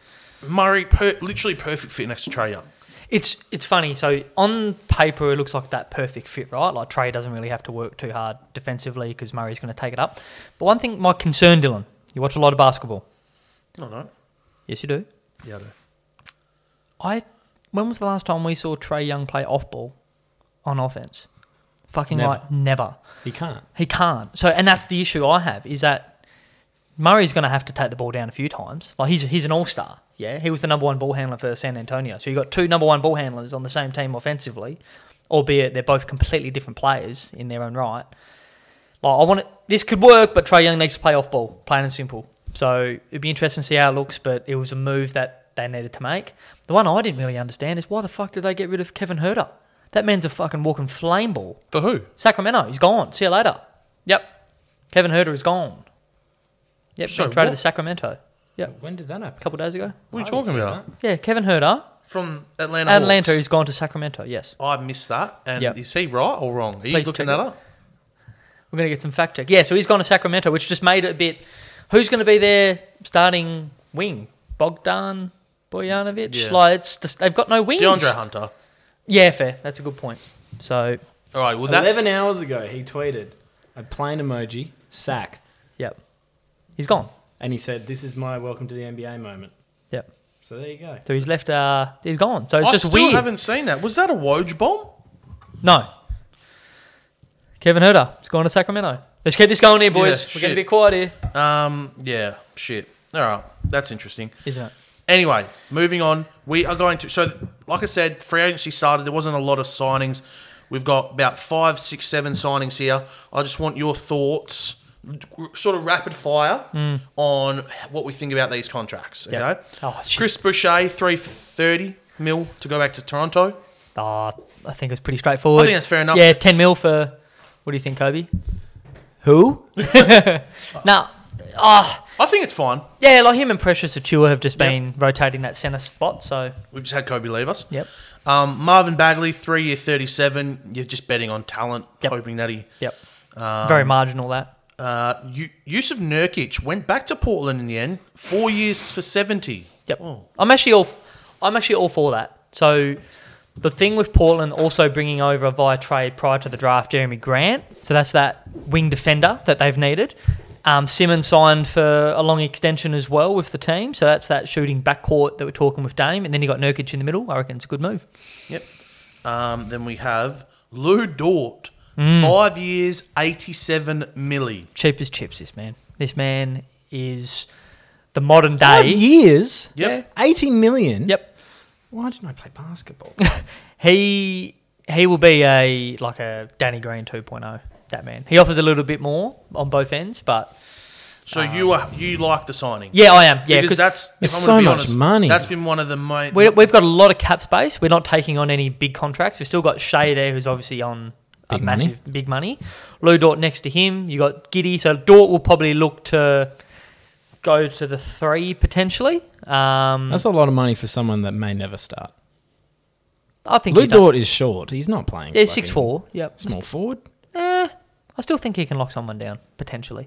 D: Murray per- literally perfect fit next to Trey Young.
F: It's it's funny. So on paper, it looks like that perfect fit, right? Like Trey doesn't really have to work too hard defensively because Murray's going to take it up. But one thing, my concern, Dylan, you watch a lot of basketball.
D: No, no.
F: Yes, you do.
D: Yeah, I do.
F: I when was the last time we saw Trey Young play off ball on offense? Fucking
E: Never.
F: like never.
E: He can't.
F: He can't. So, and that's the issue I have is that Murray's going to have to take the ball down a few times. Like he's he's an all star. Yeah, he was the number one ball handler for San Antonio. So you got two number one ball handlers on the same team offensively, albeit they're both completely different players in their own right. Like I want it, this could work, but Trey Young needs to play off ball, plain and simple. So it'd be interesting to see how it looks, but it was a move that they needed to make. The one I didn't really understand is why the fuck did they get rid of Kevin Herter? That man's a fucking walking flame ball.
D: For who?
F: Sacramento, he's gone. See you later. Yep. Kevin Herter is gone. Yep,
D: So
F: been traded
D: what?
F: to Sacramento
E: When did that
F: a
E: happen?
F: couple of days ago.
D: What are you talking about?
F: Yeah, Kevin Herter,
D: From Atlanta.
F: Atlanta,
D: Hawks.
F: he's gone to Sacramento, yes.
D: I missed that. And
F: Yep.
D: is he right or wrong? Are you
F: Please
D: looking
F: check
D: that
F: it.
D: up?
F: We're going to get some fact check. Yeah, so he's gone to Sacramento, which just made it a bit. Who's going to be their starting wing? Bogdan Bojanovic?
D: Yeah.
F: Like, it's just, they've got no wings.
D: DeAndre Hunter.
F: Yeah, fair. That's a good point. So,
D: All right, well, that's.
E: 11 hours ago, he tweeted a plain emoji, sack,
F: yep. He's gone.
E: and he said, This is my welcome to the NBA moment.
F: Yep.
E: So there you go.
F: So he's left, uh, he's gone. So it's
D: I
F: just
D: still
F: weird.
D: haven't seen that. Was that a Woj bomb?
F: No. Kevin Herter is going to Sacramento. Let's keep this going here, boys.
D: Yeah,
F: We're getting a
D: shit.
F: bit quiet here.
D: Um, yeah, shit. All right, that's interesting.
F: Isn't it?
D: Anyway, moving on. We are going to. So, like I said, free agency started. There wasn't a lot of signings. We've got about five, six, seven signings here. I just want your thoughts, sort of rapid fire, on what we think about these contracts. Okay?
F: Hmm. Yeah. Oh, shit.
D: Chris Boucher, three for thirty mil to go back to Toronto.
F: Ah, I think it's pretty straightforward.
D: I think that's fair enough.
F: Yeah, 10 mil for. What do you think, Kobe? <laughs>
D: <laughs>
F: Who? now, ah,
D: I think it's fine.
F: yeah, like him and Precious Achua have just been rotating that centre spot. So,
D: We've just had Kobe leave us.
F: yep.
D: Um, Marvin Bagley, three year thirty-seven. You're just betting on talent,
F: Yep.
D: hoping that he
F: Yep.
D: Um,
F: Very marginal, that.
D: Uh, Yu- Yusuf Nurkic went back to Portland in the end. Four years for seventy.
F: Yep. Oh. I'm actually all I'm actually all for that. So the thing with Portland also bringing over via trade prior to the draft Jeremy Grant. So that's that wing defender that they've needed. Um, Simmons signed for a long extension as well with the team. So that's that shooting backcourt that we're talking with Dame. And then you got Nurkic in the middle. I reckon it's a good move.
D: Yep. Um, then we have Lou Dort,
E: Mm.
D: five years, eighty-seven milli.
F: Cheap as chips, this man. This man is the modern day.
E: years?
D: Yep.
E: 80 million?
F: Yep.
E: Why didn't I play
F: <laughs>
E: basketball?
F: He he will be a oh, like a Danny Green 2.0. That man. He offers a little bit more on both ends, but
D: So
E: Um,
D: you are you like the signing?
F: Yeah, I am. Yeah,
D: because
F: 'cause
D: that's if
E: It's
D: I'm gonna be
E: so much
D: honest,
E: money.
D: That's been one of the main.
F: we, we've got a lot of cap space. We're not taking on any big contracts. We've still got Shea there, who's obviously on a
E: Big
F: massive big money. Lou Dort next to him. You got Giddy. So Dort will probably look to go to the three potentially. Um,
E: That's a lot of money for someone that may never start.
F: I think
E: Lou
F: he does-
E: Dort is short. He's not playing.
F: Yeah,
E: fucking
F: six four. Yep.
E: Small forward.
F: Eh, I still think he can lock someone down potentially,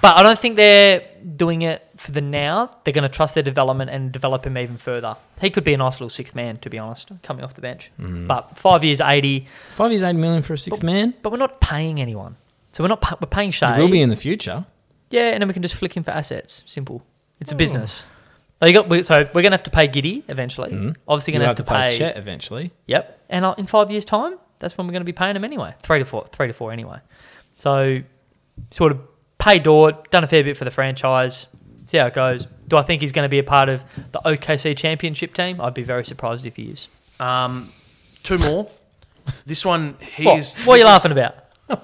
F: but I don't think they're doing it for the now. They're going to trust their development and develop him even further. He could be a nice little sixth man, to be honest, coming off the bench. But five years, eighty.
E: Five years, eight million for a six man.
F: But we're not paying anyone, so we're not pa- we're paying Shea.
E: He will be in the future.
F: yeah, and then we can just flick him for assets. Simple. It's a business. Now you got, we- so we're going to have to pay Giddy eventually. Obviously, going
E: You'll
F: to have to pay.
E: Chet eventually. <laughs>
F: Yep. And uh, in five years' time, that's when we're going to be paying them anyway. Three to four, three to four anyway. So, sort of pay Dort, done a fair bit for the franchise. See how it goes. Do I think he's going to be a part of the OKC championship team? I'd be very surprised if he is.
D: Um, two more. this one he
F: What,
D: is.
F: what are
D: this
F: you
D: is-
F: laughing about?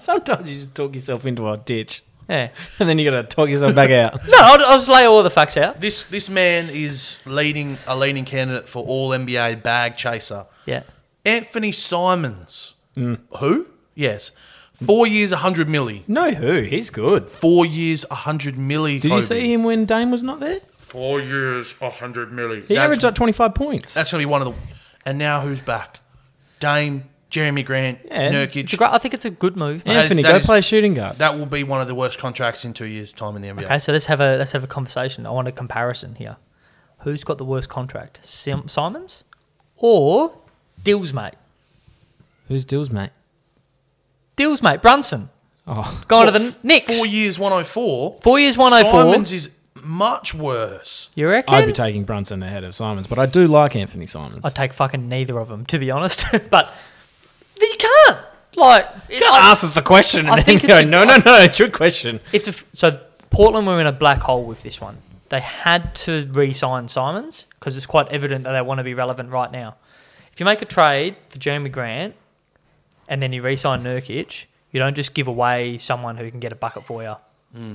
E: Sometimes you just talk yourself into a ditch, <laughs>
F: Yeah.
E: and then you got to talk yourself back out.
F: No, I'll, I'll just lay all the facts out.
D: This this man is leading a leading candidate for all NBA bag chaser.
F: Yeah.
D: Anthony Simons.
E: Mm.
D: Who? Yes. Four years, a hundred milli.
E: <laughs> No, who? He's good.
D: Four years, a hundred milli.
E: Did you see him when Dame was not there?
D: Four years, a hundred milli.
E: He
D: That's,
E: averaged like twenty five points.
D: that's gonna be one of the. And now who's back? Dame, Jeremy Grant,
E: Yeah.
F: It's a
D: Nurkic.
F: great, I think it's a good move. mate.
E: Anthony,
D: that
E: go
D: is-
E: play shooting guard.
D: That will be one of the worst contracts in two years' time in the NBA.
F: Okay, so let's have a let's have a conversation. I want a comparison here. Who's got the worst contract, Sim- Simons or Dills, mate?
E: Who's Dills, mate?
F: Dills, mate. Brunson
E: Oh,
F: going to the Knicks.
D: Four years, one hundred four.
F: Four years, 104.
D: Simons is much worse.
F: You reckon?
E: I'd be taking Brunson ahead of Simons, but I do like Anthony Simons.
F: I'd take fucking neither of them, to be honest. <laughs> but you can't. Like, it- I-
E: us the question
F: I think it's a-
E: no, it's your question.
F: it's a f so Portland were in a black hole with this one. They had to re-sign Simons because it's quite evident that they want to be relevant right now. If you make a trade for Jeremy Grant and then you re-sign Nurkic, you don't just give away someone who can get a bucket for you,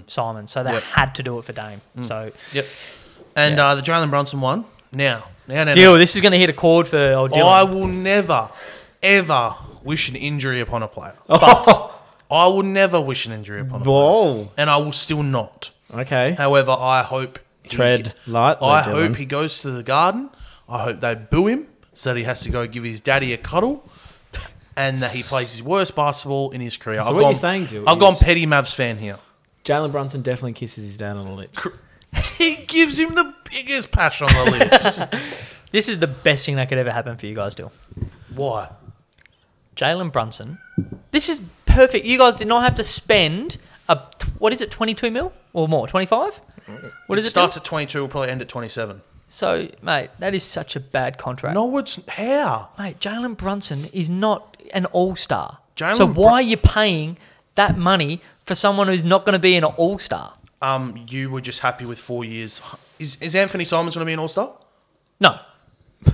F: Simon. So they
D: Yep.
F: had to do it for Dame. So
D: Yep. And uh, the Jalen Brunson one. Now, now, now,
F: deal. This is going to hit a chord for old
D: now. Oh, I
F: Dylan.
D: will never, ever wish an injury upon a player. But I will never wish an injury upon a player,
E: Whoa.
D: and I will still not.
E: Okay.
D: However, I hope he-
E: Tread light, though,
D: I
E: Dylan.
D: hope he goes to the garden. I hope they boo him so that he has to go give his daddy a cuddle. <laughs> And that he plays his worst basketball in his career.
E: So
D: I've
E: what
D: gone,
E: you're saying, Dylan,
D: I've gone
E: is-
D: petty Mavs fan here. <laughs>
E: Jalen Brunson definitely kisses his dad on the lips.
D: He gives him the biggest passion on the lips.
E: <laughs>
F: this is the best thing that could ever happen for you guys, Dill.
D: Why?
F: Jalen Brunson. This is perfect. You guys did not have to spend a t- what is it, twenty two mil or more, twenty five? What is it?
D: starts
F: Dil?
D: at 22, will probably end at 27.
F: So, mate, that is such a bad contract.
D: No, it's how?
F: Mate, Jalen Brunson is not an all star.
D: Jalen
F: So
D: Bru-
F: why are you paying that money for someone who's not going to be an all star?
D: Um, you were just happy with four years. Is, is Anthony Simons going to be an All Star?
F: No,
D: <laughs>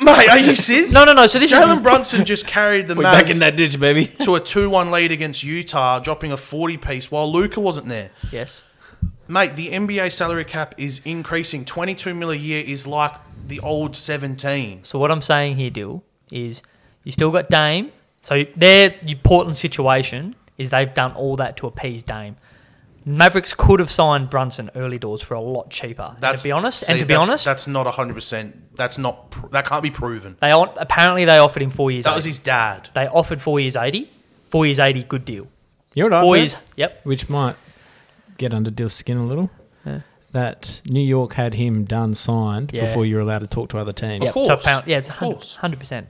D: Mate, are you serious?
F: no, no, no. So this
D: Jalen
F: is
D: Brunson just carried the
E: <laughs> We're back in
D: Mavs
E: that ditch, baby.
D: to a two-one lead against Utah, dropping a forty-piece while Luca wasn't there.
F: yes.
D: Mate, the NBA salary cap is increasing. Twenty-two mil a year is like the old seventeen.
F: So what I'm saying here, Dill, is you still got Dame. So their your Portland situation is they've done all that to appease Dame. Mavericks could have signed Brunson early doors for a lot cheaper. And
D: That's
F: to be honest, and
D: see,
F: to be
D: that's-
F: honest,
D: that's not hundred percent. That's not. Pr- that can't be proven.
F: they on, apparently they offered him four years.
D: That was
F: 80.
D: his dad.
F: they offered four years eighty. Four years eighty, good deal.
E: You know what
F: Four
E: I
F: years,
E: think?
F: yep.
E: Which might get under Dill's skin a little. That New York had him done signed
F: Yeah.
E: before you were allowed to talk to other teams.
D: Of course.
F: So apparent- yeah, it's
D: Of course.
F: hundred percent.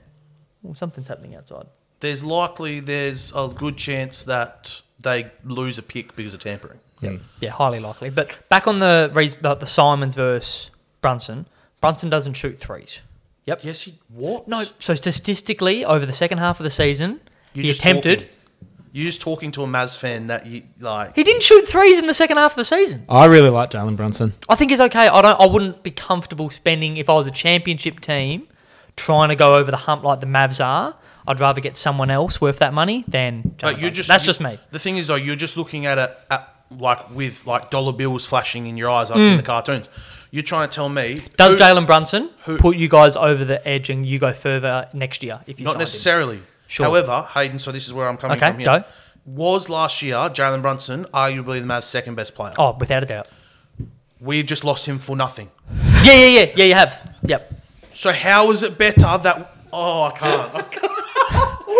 F: Well, something's happening outside.
D: there's likely there's a good chance that they lose a pick because of tampering.
F: Yeah, highly likely. But back on the re- the, the Simons verse Brunson, Brunson doesn't shoot threes. Yep.
D: Yes, he what?
F: No, so statistically, over the second half of the season,
D: You're
F: he
D: just
F: attempted.
D: talking. You're just talking to a Maz fan that you like.
F: He didn't shoot threes in the second half of the season.
E: I really like Jalen Brunson.
F: I think it's okay. I don't. I wouldn't be comfortable spending if I was a championship team trying to go over the hump like the Mavs are. I'd rather get someone else worth that money than. Jalen
D: But you
F: Brunson.
D: just
F: that's
D: you-
F: just me.
D: The thing is, though, you're just looking at it at like with like dollar bills flashing in your eyes like in the cartoons. You're trying to tell me
F: Mm. Does
D: who-
F: Jalen Brunson
D: who-
F: put you guys over the edge and you go further next year if you
D: Not
F: signed
D: necessarily.
F: Sure.
D: However, Hayden, so this is where I'm coming
F: Okay,
D: from here.
F: go.
D: Was last year Jalen Brunson arguably the Mavs' second best player?
F: Him? Oh, without a doubt.
D: We've just lost him for nothing.
F: Yeah, yeah, yeah, yeah. You have. Yep.
D: So how is it better that? Oh, I can't. I can't.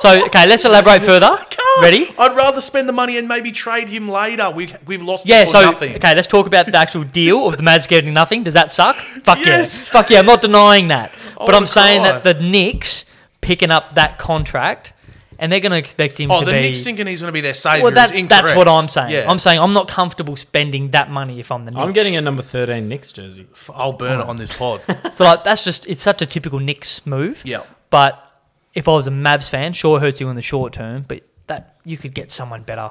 F: So okay,
D: <laughs>
F: let's elaborate further. Ready?
D: I'd rather spend the money and maybe trade him later. We we've lost
F: Yeah.
D: him for
F: So
D: nothing.
F: okay, let's talk about the actual deal of the Mads getting nothing. Does that suck? Fuck
D: Yes.
F: yeah. Fuck yeah. I'm not denying that. But
D: Oh,
F: I'm saying
D: God.
F: that the Knicks picking up that contract and they're going to expect him
D: Oh,
F: to
D: the
F: be.
D: Knicks thinking he's going to be their savior.
F: well,
D: is
F: that's that's what
D: incorrect.
F: I'm saying.
D: Yeah.
F: I'm saying I'm not comfortable spending that money if I'm the Knicks.
E: I'm getting a number 13 Knicks jersey.
D: I'll burn it on this
F: <laughs>
D: pod.
F: So like that's just it's such a typical Knicks move.
D: Yeah.
F: But if I was a Mavs fan, sure it hurts you in the short term, but that you could get someone better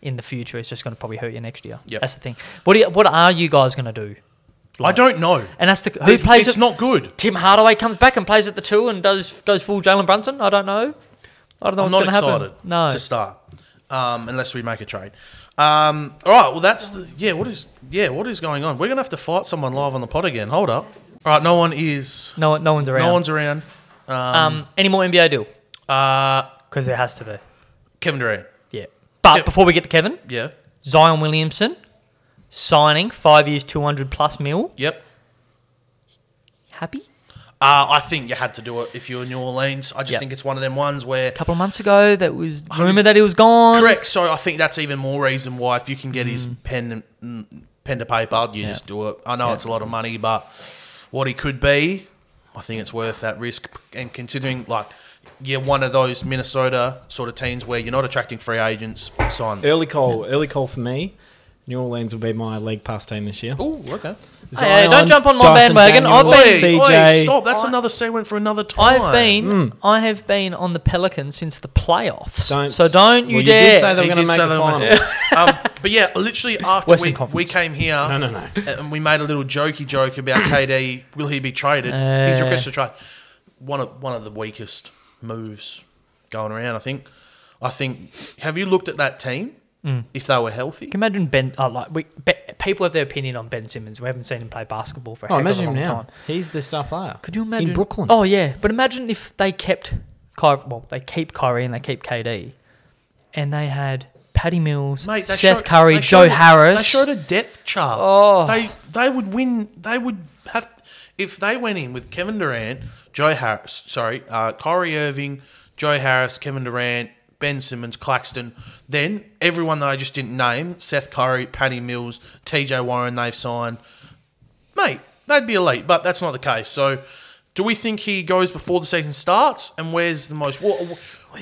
F: in the future. It's just going to probably hurt you next year.
D: Yep.
F: That's the thing. What do you, what are you guys going to do?
D: I don't know.
F: And that's the who
D: It-
F: plays
D: It's
F: it.
D: not good.
F: Tim Hardaway comes back and plays at the two and does goes full Jalen Brunson. I don't know. I don't know
D: I'm
F: what's
D: not
F: going to happen.
D: excited.
F: No.
D: to start, um, unless we make a trade. Um, all right. Well, that's the, yeah. What is yeah? What is going on? We're gonna have to fight someone live on the pod again. Hold up. All right. No one is.
F: no, no one's around.
D: No one's around.
F: um, any more NBA deal?
D: Uh,
F: Because there has to be.
D: Kevin Durant.
F: Yeah. But
D: Yep.
F: before we get to Kevin,
D: Yeah.
F: Zion Williamson signing five years, two hundred plus mil.
D: Yep.
F: Happy?
D: Uh, I think you had to do it if you're in New Orleans. I just
F: Yep.
D: think it's one of them ones where.
F: couple of months ago that was rumour that he was gone.
D: Correct. So I think that's even more reason why if you can get his pen mm, pen to paper, you just do it. I know it's a lot of money, but what he could be, I think it's worth that risk. And considering like you're one of those Minnesota sort of teams where you're not attracting free agents, sign.
E: Early call. Early call for me. New Orleans will be my league pass team this year.
D: Oh, okay.
F: Hey, don't jump on my
E: Dyson
F: bandwagon. I've
E: Daniels,
F: been-
D: Oi,
E: CJ.
D: stop! That's another segment for another time.
F: I've been
D: Mm.
F: I have been on the Pelicans since the playoffs.
E: Don't
F: so
E: s-
F: don't you
E: well, you
F: dare.
E: did say that- They were
D: He
E: gonna
D: did
E: make
D: say
E: the
D: they were gonna- <laughs> um, but yeah, literally after
F: Western
D: we,
F: Conference.
D: we came here,
E: No,
F: <laughs>
E: no, no.
D: and Uh, we made a little jokey joke about KD. Will he be traded? He's requested a trade. One of one of the weakest moves going around. I think. I think. Have you looked at that team? If they were healthy,
F: Can you imagine Ben. Oh, like we, Be- people have their opinion on Ben Simmons. We haven't seen him play basketball for a
E: Oh,
F: heck
E: imagine
F: of
E: him
F: a long
E: now.
F: time.
E: He's the star player.
F: Could you imagine
E: in Brooklyn?
F: Oh yeah, but imagine if they kept Kyrie. Well, they keep Kyrie and they keep KD, and they had Patty Mills,
D: mate. They
F: Seth
D: showed-
F: Curry,
D: they
F: Joe
D: showed-
F: Harris.
D: They showed a depth chart.
F: Oh.
D: They they would win. They would have if they went in with Kevin Durant, Joe Harris. Sorry, uh, Kyrie Irving, Joe Harris, Kevin Durant, Ben Simmons, Claxton. Then everyone that I just didn't name: Seth Curry, Patty Mills, T.J. Warren. They've signed, mate. They'd be elite, but that's not the case. So. Do we think he goes before the season starts? And where's the most? wha- wha-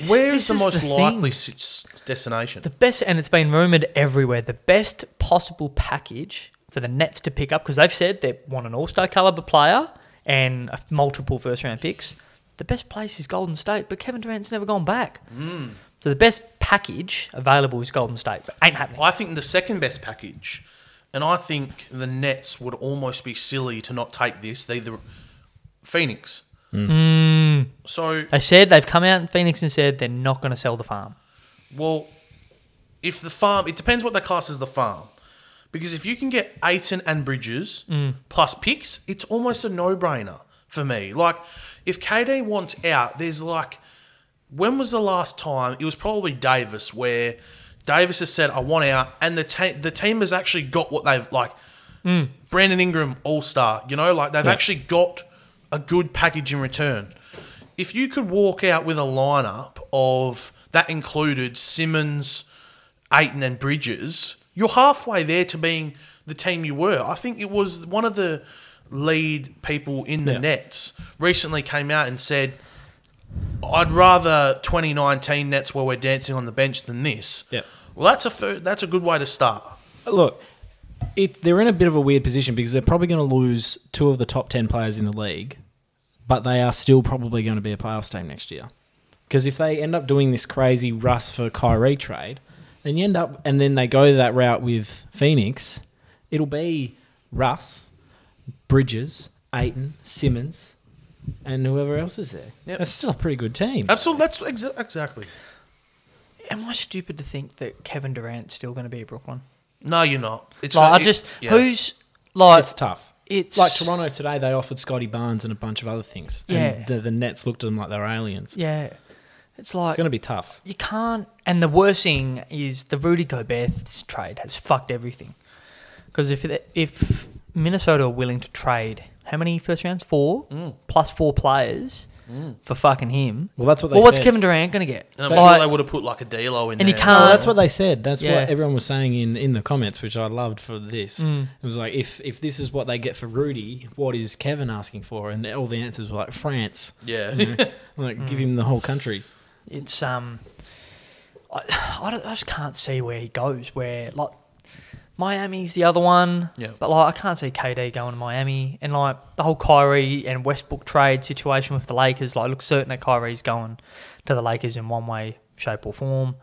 D: Where's
F: this
D: the
F: is
D: most
F: the thing.
D: likely s- destination?
F: The best, and it's been rumored everywhere, the best possible package for the Nets to pick up because they've said they want an All Star caliber player and a- multiple first round picks. The best place is Golden State, but Kevin Durant's never gone back.
D: Mm.
F: So the best package available is Golden State, but ain't happening.
D: I think the second best package, and I think the Nets would almost be silly to not take this. They the Phoenix. So
F: They said they've come out in Phoenix and said they're not going to sell the farm.
D: well, if the farm, it depends what they class as the farm, because if you can get Aiton and Bridges plus picks, it's almost a no-brainer for me. Like if KD wants out, there's like when was the last time? It was probably Davis, where Davis has said, "I want out," and the ta- the team has actually got what they've like. Brandon Ingram, All Star, you know, like they've actually got a good package in return. If you could walk out with a lineup of that included Simmons, Aiton, and Bridges, you're halfway there to being the team you were. I think it was one of the lead people in the
E: Yeah.
D: Nets recently came out and said, I'd rather 2019 Nets where we're dancing on the bench than this.
E: Yeah.
D: Well, that's a fir- that's a good way to start.
E: look, it, they're in a bit of a weird position because they're probably going to lose two of the top 10 players in the league, but they are still probably going to be a playoffs team next year. Because if they end up doing this crazy Russ for Kyrie trade, then you end up, and then they go that route with Phoenix, it'll be Russ, Bridges, Aiton, Simmons, and whoever else is there.
D: Yep.
E: That's still a pretty good team.
D: Absolutely. That's exa- exactly.
F: am I stupid to think that Kevin Durant's still going to be at Brooklyn?
D: No, you're not. It's
F: Like,
D: not,
F: I
D: it-
F: just
D: yeah.
F: who's like
E: It's tough.
F: it's
E: Like Toronto today, they offered Scotty Barnes and a bunch of other things.
F: Yeah.
E: And the, the Nets looked at them like they were aliens.
F: Yeah, it's like
E: It's going to be tough.
F: you can't. And the worst thing is the Rudy Gobert trade has fucked everything. Because if the- if Minnesota are willing to trade how many first rounds? Four plus four players for fucking him.
E: Well, that's what they
F: well, what's
E: said.
F: Kevin Durant gonna get?
D: And I'm
F: Like,
D: sure they would have put like a D'Lo in
F: And you
D: there.
F: can't-
E: No, that's what they said. That's
F: Yeah. Mm.
E: what everyone was saying in, in the comments, which I loved for this. It was like, if, if this is what they get for Rudy, what is Kevin asking for? And all the answers were like, France.
D: Yeah. <laughs>
E: You
F: <laughs>
E: know? like,
F: Mm.
E: give him the whole country.
F: it's um, I, I, don't- I just can't see where he goes. Where like Miami's the other one,
D: Yeah.
F: But like I can't see KD going to Miami, and like the whole Kyrie and Westbrook trade situation with the Lakers. Like, I look certain that Kyrie's going to the Lakers in one way, shape, or form.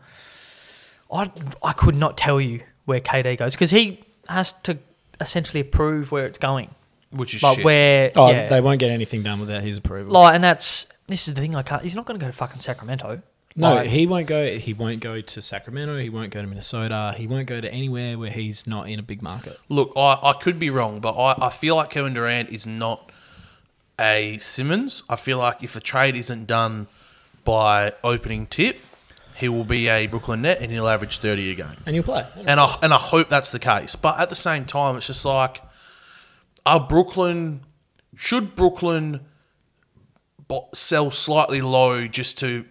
F: I I could not tell you where KD goes because he has to essentially approve where it's going,
D: Which is
F: like
D: shit.
F: where
E: Oh,
F: yeah.
E: they won't get anything done without his approval.
F: like, and that's this is the thing I can't. He's not going to go to fucking Sacramento.
E: no,
F: Like-
E: he won't go. He won't go to Sacramento. He won't go to Minnesota. He won't go to anywhere where he's not in a big market.
D: Look, I, I could be wrong, but I, I feel like Kevin Durant is not a Simmons. I feel like if a trade isn't done by opening tip, he will be a Brooklyn net and he'll average 30 a game.
E: And you'll play.
D: And I, and I hope that's the case. But at the same time, it's just like, are Brooklyn, should Brooklyn bo- sell slightly low just to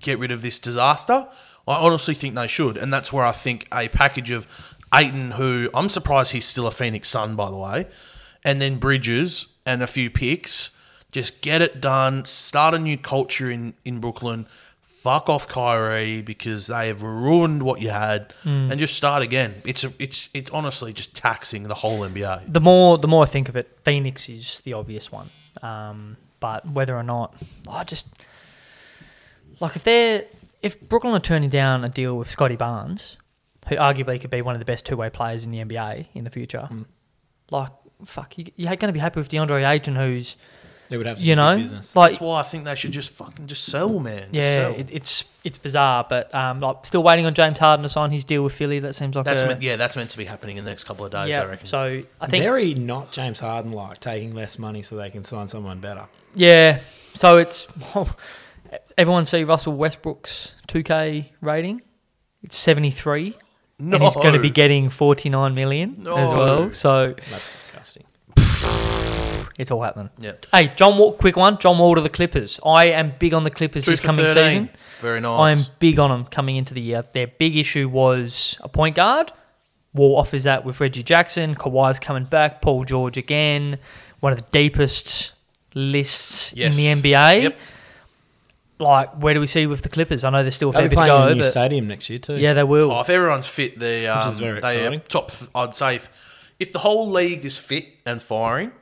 D: get rid of this disaster? I honestly think they should. And that's where I think a package of Aiton, who I'm surprised he's still a Phoenix Sun, by the way, and then Bridges and a few picks, just get it done, start a new culture in, in Brooklyn. Fuck off, Kyrie, because they have ruined what you had, and just start again. It's a, it's it's honestly just taxing the whole NBA.
F: the more the more I think of it, Phoenix is the obvious one. Um, but whether or not, I just like if they're if Brooklyn are turning down a deal with Scotty Barnes, who arguably could be one of the best two way players in the NBA in the future,
D: Hmm.
F: like fuck, you, you're going to be happy with DeAndre Ayton, who's
E: They would have to
F: you
E: do
F: know
E: business.
F: like
D: That's why I think they should just fucking just sell, man. Just
F: yeah,
D: sell.
F: it, it's it's bizarre, but um, like still waiting on James Harden to sign his deal with Philly. That seems like
D: That's
F: a,
D: meant, yeah, that's meant to be happening in the next couple of days. I
F: yeah.
D: reckon.
F: So I think
E: very not James Harden like taking less money so they can sign someone better.
F: Yeah. So it's <laughs> everyone see Russell Westbrook's 2K rating? It's 73
D: no,
F: and he's going to be getting 49 million as
D: No.
F: well. So
E: That's
F: <laughs>
E: disgusting.
F: it's all happening.
D: yeah.
F: Hey, John Wall, quick one. John Wall to the Clippers. I am big on the Clippers
D: Two
F: this
D: for
F: coming
D: 13.
F: season.
D: Very
F: I am
D: nice.
F: big on them coming into the year. Their big issue was a point guard. Wall offers that with Reggie Jackson. Kawhi's coming back. Paul George again. One of the deepest lists
D: Yes.
F: in the NBA.
D: Yep.
F: Like, where do we see with the Clippers? I know there's still a
E: They'll
F: fair
E: be
F: bit to
E: playing in a
F: go,
E: new
F: but
E: stadium next year too.
F: yeah, they will.
D: Oh, if everyone's fit, they um,
E: is very
D: they are
E: exciting.
D: top. th- I'd say if, if the whole league is fit and firing,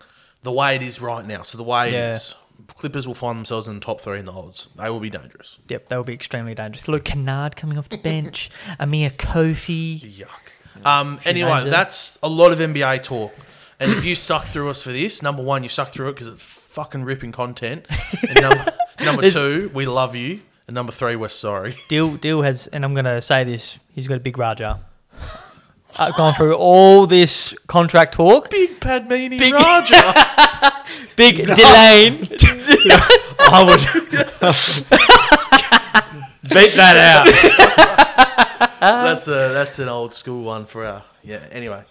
D: the way it is right now. So the way
F: Yeah.
D: it is, Clippers will find themselves in the top three in the odds. They will be dangerous.
F: Yep, they will be extremely dangerous. Luke Kennard coming off the bench. Amir Kofi.
D: Yuck. Um, anyway,
F: names it.
D: that's a lot of NBA talk. And if you stuck through us for this, number one, you stuck through it because it's fucking ripping content. And <laughs> number, number
F: There's-
D: two, we love you. And number three, we're sorry.
F: Dill, Dill has, and I'm going to say this, he's got a big Raja. <laughs> Uh, gone through all this contract talk.
D: Big Padmini <laughs>
F: Big-
D: Raja.
F: Big
D: <laughs>
F: Delane.
D: I would
F: <laughs>
D: beat that out. <laughs> that's a that's an old school one for our yeah. Anyway,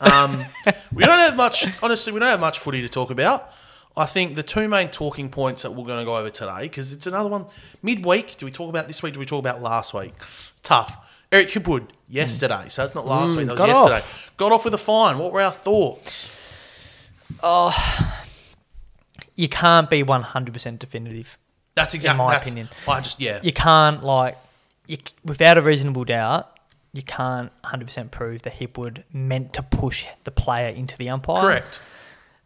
D: um, we don't have much. Honestly, we don't have much footy to talk about. I think the two main talking points that we're going to go over today because it's another one midweek. Do we talk about this week? Do we talk about last week? Tough. Eric Hipwood yesterday, so that's not last week. That was
F: Mm, got
D: yesterday.
F: off.
D: Got off with a fine. What were our thoughts?
F: Oh, you can't be 100% definitive.
D: That's exactly
F: my
D: that's-
F: opinion.
D: I just yeah.
F: You can't, like, you, c- without a reasonable doubt, you can't 100% prove that Hipwood meant to push the player into the umpire.
D: Correct.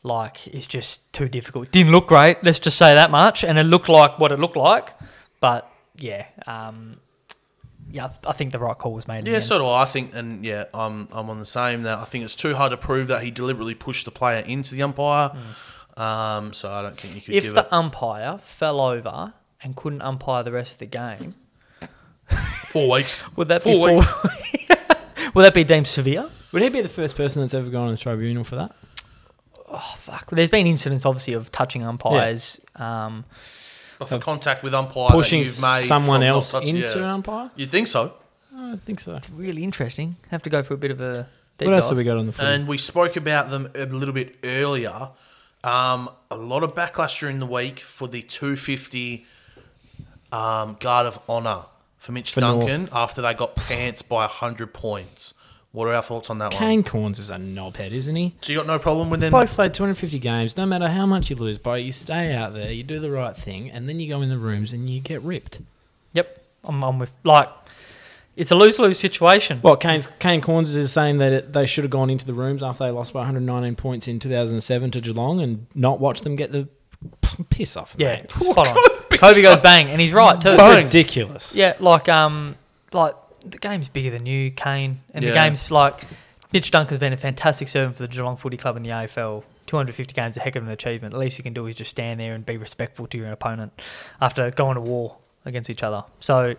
F: Like, it's just too difficult. Didn't look great, let's just say that much. And it looked like what it looked like. But, yeah, um, yeah, I think the right call was made. in the
D: Yeah,
F: end.
D: so do I. I think, and yeah, I'm I'm on the same. That I think it's too hard to prove that he deliberately pushed the player into the umpire.
E: Mm.
D: Um, so I don't think you could
F: if
D: give
F: the
D: it.
F: umpire fell over and couldn't umpire the rest of the game,
D: Four weeks.
F: Would that
D: Four
F: be
D: weeks.
F: Would that be deemed severe?
E: Would he be the first person that's ever gone to the tribunal for that?
F: Oh, fuck. There's been incidents, obviously, of touching umpires. Um,
D: But for contact with umpire that
E: Pushing
D: you've made
E: someone
D: from not
E: else
D: touch-
E: into
D: yeah.
E: an umpire?
D: You'd think so.
E: I don't think so.
F: really interesting. Have to go for a bit of a deep
E: What else
F: dive.
E: have we got on the floor?
D: And we spoke about them a little bit earlier. Um, a lot of backlash during the week for the 250 um, guard of honour for Mitch
E: For North.
D: Duncan after they got pants by 100 points. What are our thoughts on that one?
E: Kane Corns is a knobhead, isn't he?
D: So you got no problem with them?
E: Blokes played 250 games. No matter how much you lose by, you stay out there, you do the right thing, and then you go in the rooms and you get ripped.
F: Yep. I'm, I'm with, like, it's a lose lose situation.
E: Well, Kane's, Kane Corns is saying that it, they should have gone into the rooms after they lost by 119 points in 2007 to Geelong and not watch them get the p- piss off. <laughs>
F: yeah,
E: mate.
F: spot on. Kobe goes bang, and he's right, too.
E: That's
D: Bang.
E: ridiculous.
F: Yeah, like um, like the game's bigger than you, Kane, and the
D: Yeah.
F: game's like Mitch Duncan's been a fantastic servant for the Geelong Footy Club in the AFL. 250 games, a heck of an achievement. The least you can do is just stand there and be respectful to your opponent after going to war against each other. So,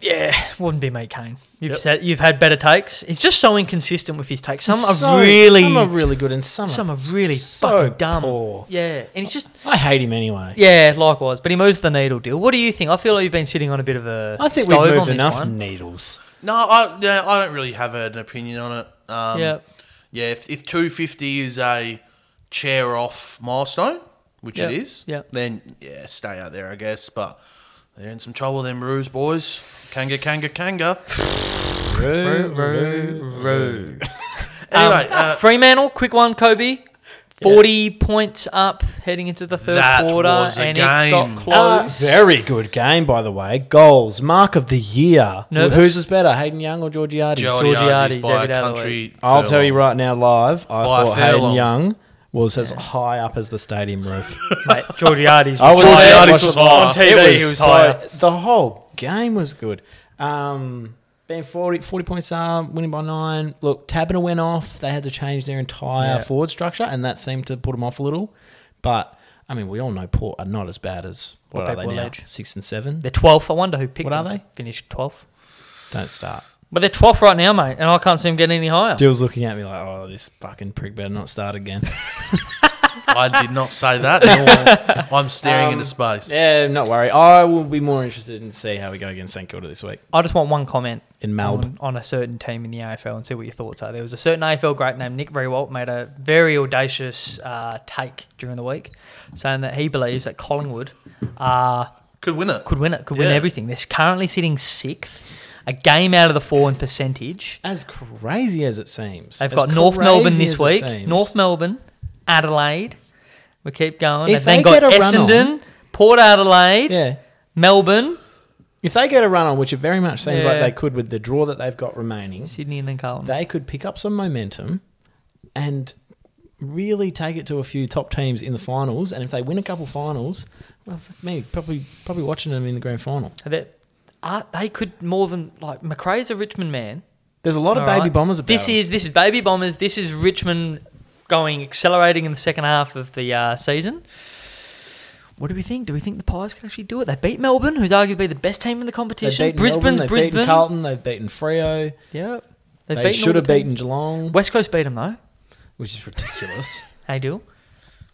F: yeah, wouldn't be me, Kane. You've
D: Yep.
F: said you've had better takes. He's just so inconsistent with his takes. Some are
E: So-
F: really,
E: some are really good, and some,
F: some are really
E: so
F: fucking dumb.
E: poor.
F: Yeah, and he's just
E: I hate him anyway.
F: yeah, likewise. But he moves the needle, deal. What do you think? I feel like you've been sitting on a bit of a.
E: I think we've
F: stove on
E: moved
F: this
E: enough
F: One.
E: needles.
D: No, I, yeah, I don't really have an opinion on it. Um,
F: yeah,
D: Yeah, if, if 250 is a chair off milestone, which it
F: Yep,
D: is,
F: yep.
D: then yeah, stay out there, I guess. But they're in some trouble, them Roos boys. Kanga, Kanga,
E: <laughs>
D: Kanga. Anyway,
F: Um,
D: uh,
F: Fremantle, quick one, Kobe. Forty points up heading into the third
D: That
F: quarter,
D: was a
F: and it
D: game.
F: got
E: Uh, <laughs>
F: close.
E: very good game, by the way. Goals, mark of the year.
F: Nervous?
E: Whose was better, Hayden Young or Georgiades?
D: Geordie
F: Georgiades
D: Ardies by
F: every day of the
D: country.
E: I'll tell
D: furlong.
E: you right now, live. I
D: By a
E: thought Hayden
D: furlong.
E: Young was as high up as the stadium roof.
F: Mate, Georgiades
E: <laughs>
F: was,
E: I was-
F: tired.
E: Georgiades
D: was
F: on
E: <laughs>
D: higher.
F: TV. he was
E: so-
F: higher.
E: The whole game was good. Um, being 40, 40 points up, winning by nine. Look, Tabner went off. They had to change their entire
F: Yeah.
E: forward structure, and that seemed to put them off a little. But I mean, we all know Port are not as bad as what,
F: What
E: are they
F: people
E: now?
F: allege.
E: Six and seven.
F: They're twelfth. I wonder who picked
E: What are
F: them to
E: they?
F: Finish twelfth,
E: Don't start.
F: but they're twelfth right now, mate, and I can't see them getting any higher.
E: Dill's looking at me like, oh, this fucking prick better not start again.
D: I did not say that. at all. I'm
F: <laughs> Um,
D: staring into space.
E: <laughs> yeah, not worry. I will be more interested in see how we go against St Kilda this week
F: I just want one comment
E: in Melbourne.
F: on, on a certain team in the AFL and see what your thoughts are. There was a certain AFL great named Nick Rewalt made a very audacious uh, take during the week, saying that he believes that Collingwood uh,
D: Could win it.
F: could win it, could win
D: Yeah.
F: everything. They're currently sitting sixth, a game out of the four in percentage.
E: As crazy as it seems,
F: They've
E: as
F: got North Melbourne
E: crazy
F: this
E: as it
F: week.
E: seems,
F: North Melbourne, Adelaide. We keep going.
E: If
F: They've
E: they
F: then got
E: get a run on-
F: Essendon, Port Adelaide,
E: Yeah.
F: Melbourne,
E: If they get a run on, which it very much seems like
F: Yeah.
E: they could with the draw that they've got remaining,
F: Sydney, and then Carlton.
E: they could pick up some momentum and really take it to a few top teams in the finals. And if they win a couple finals, well, fuck me, probably probably watching them in the grand final.
F: They, uh, they could more than like McRae's a Richmond man.
E: There's a lot of
F: All
E: baby
F: right.
E: bombers about.
F: This
E: them.
F: is this is baby bombers. This is Richmond going accelerating in the second half of the uh, season. What do we think? Do we think the Pies can actually do it? They beat Melbourne, who's arguably the best team in the
E: they've
F: competition.
E: beaten
F: Brisbane,
E: Melbourne, they've beaten
F: Brisbane.
E: Carlton, they've beaten Freo.
F: yeah,
E: They
F: they've beaten
E: should
F: all
E: have
F: the
E: beaten
F: teams.
E: Geelong,
F: West Coast beat them though.
E: which is
F: <laughs>
E: ridiculous.
F: Hey, deal.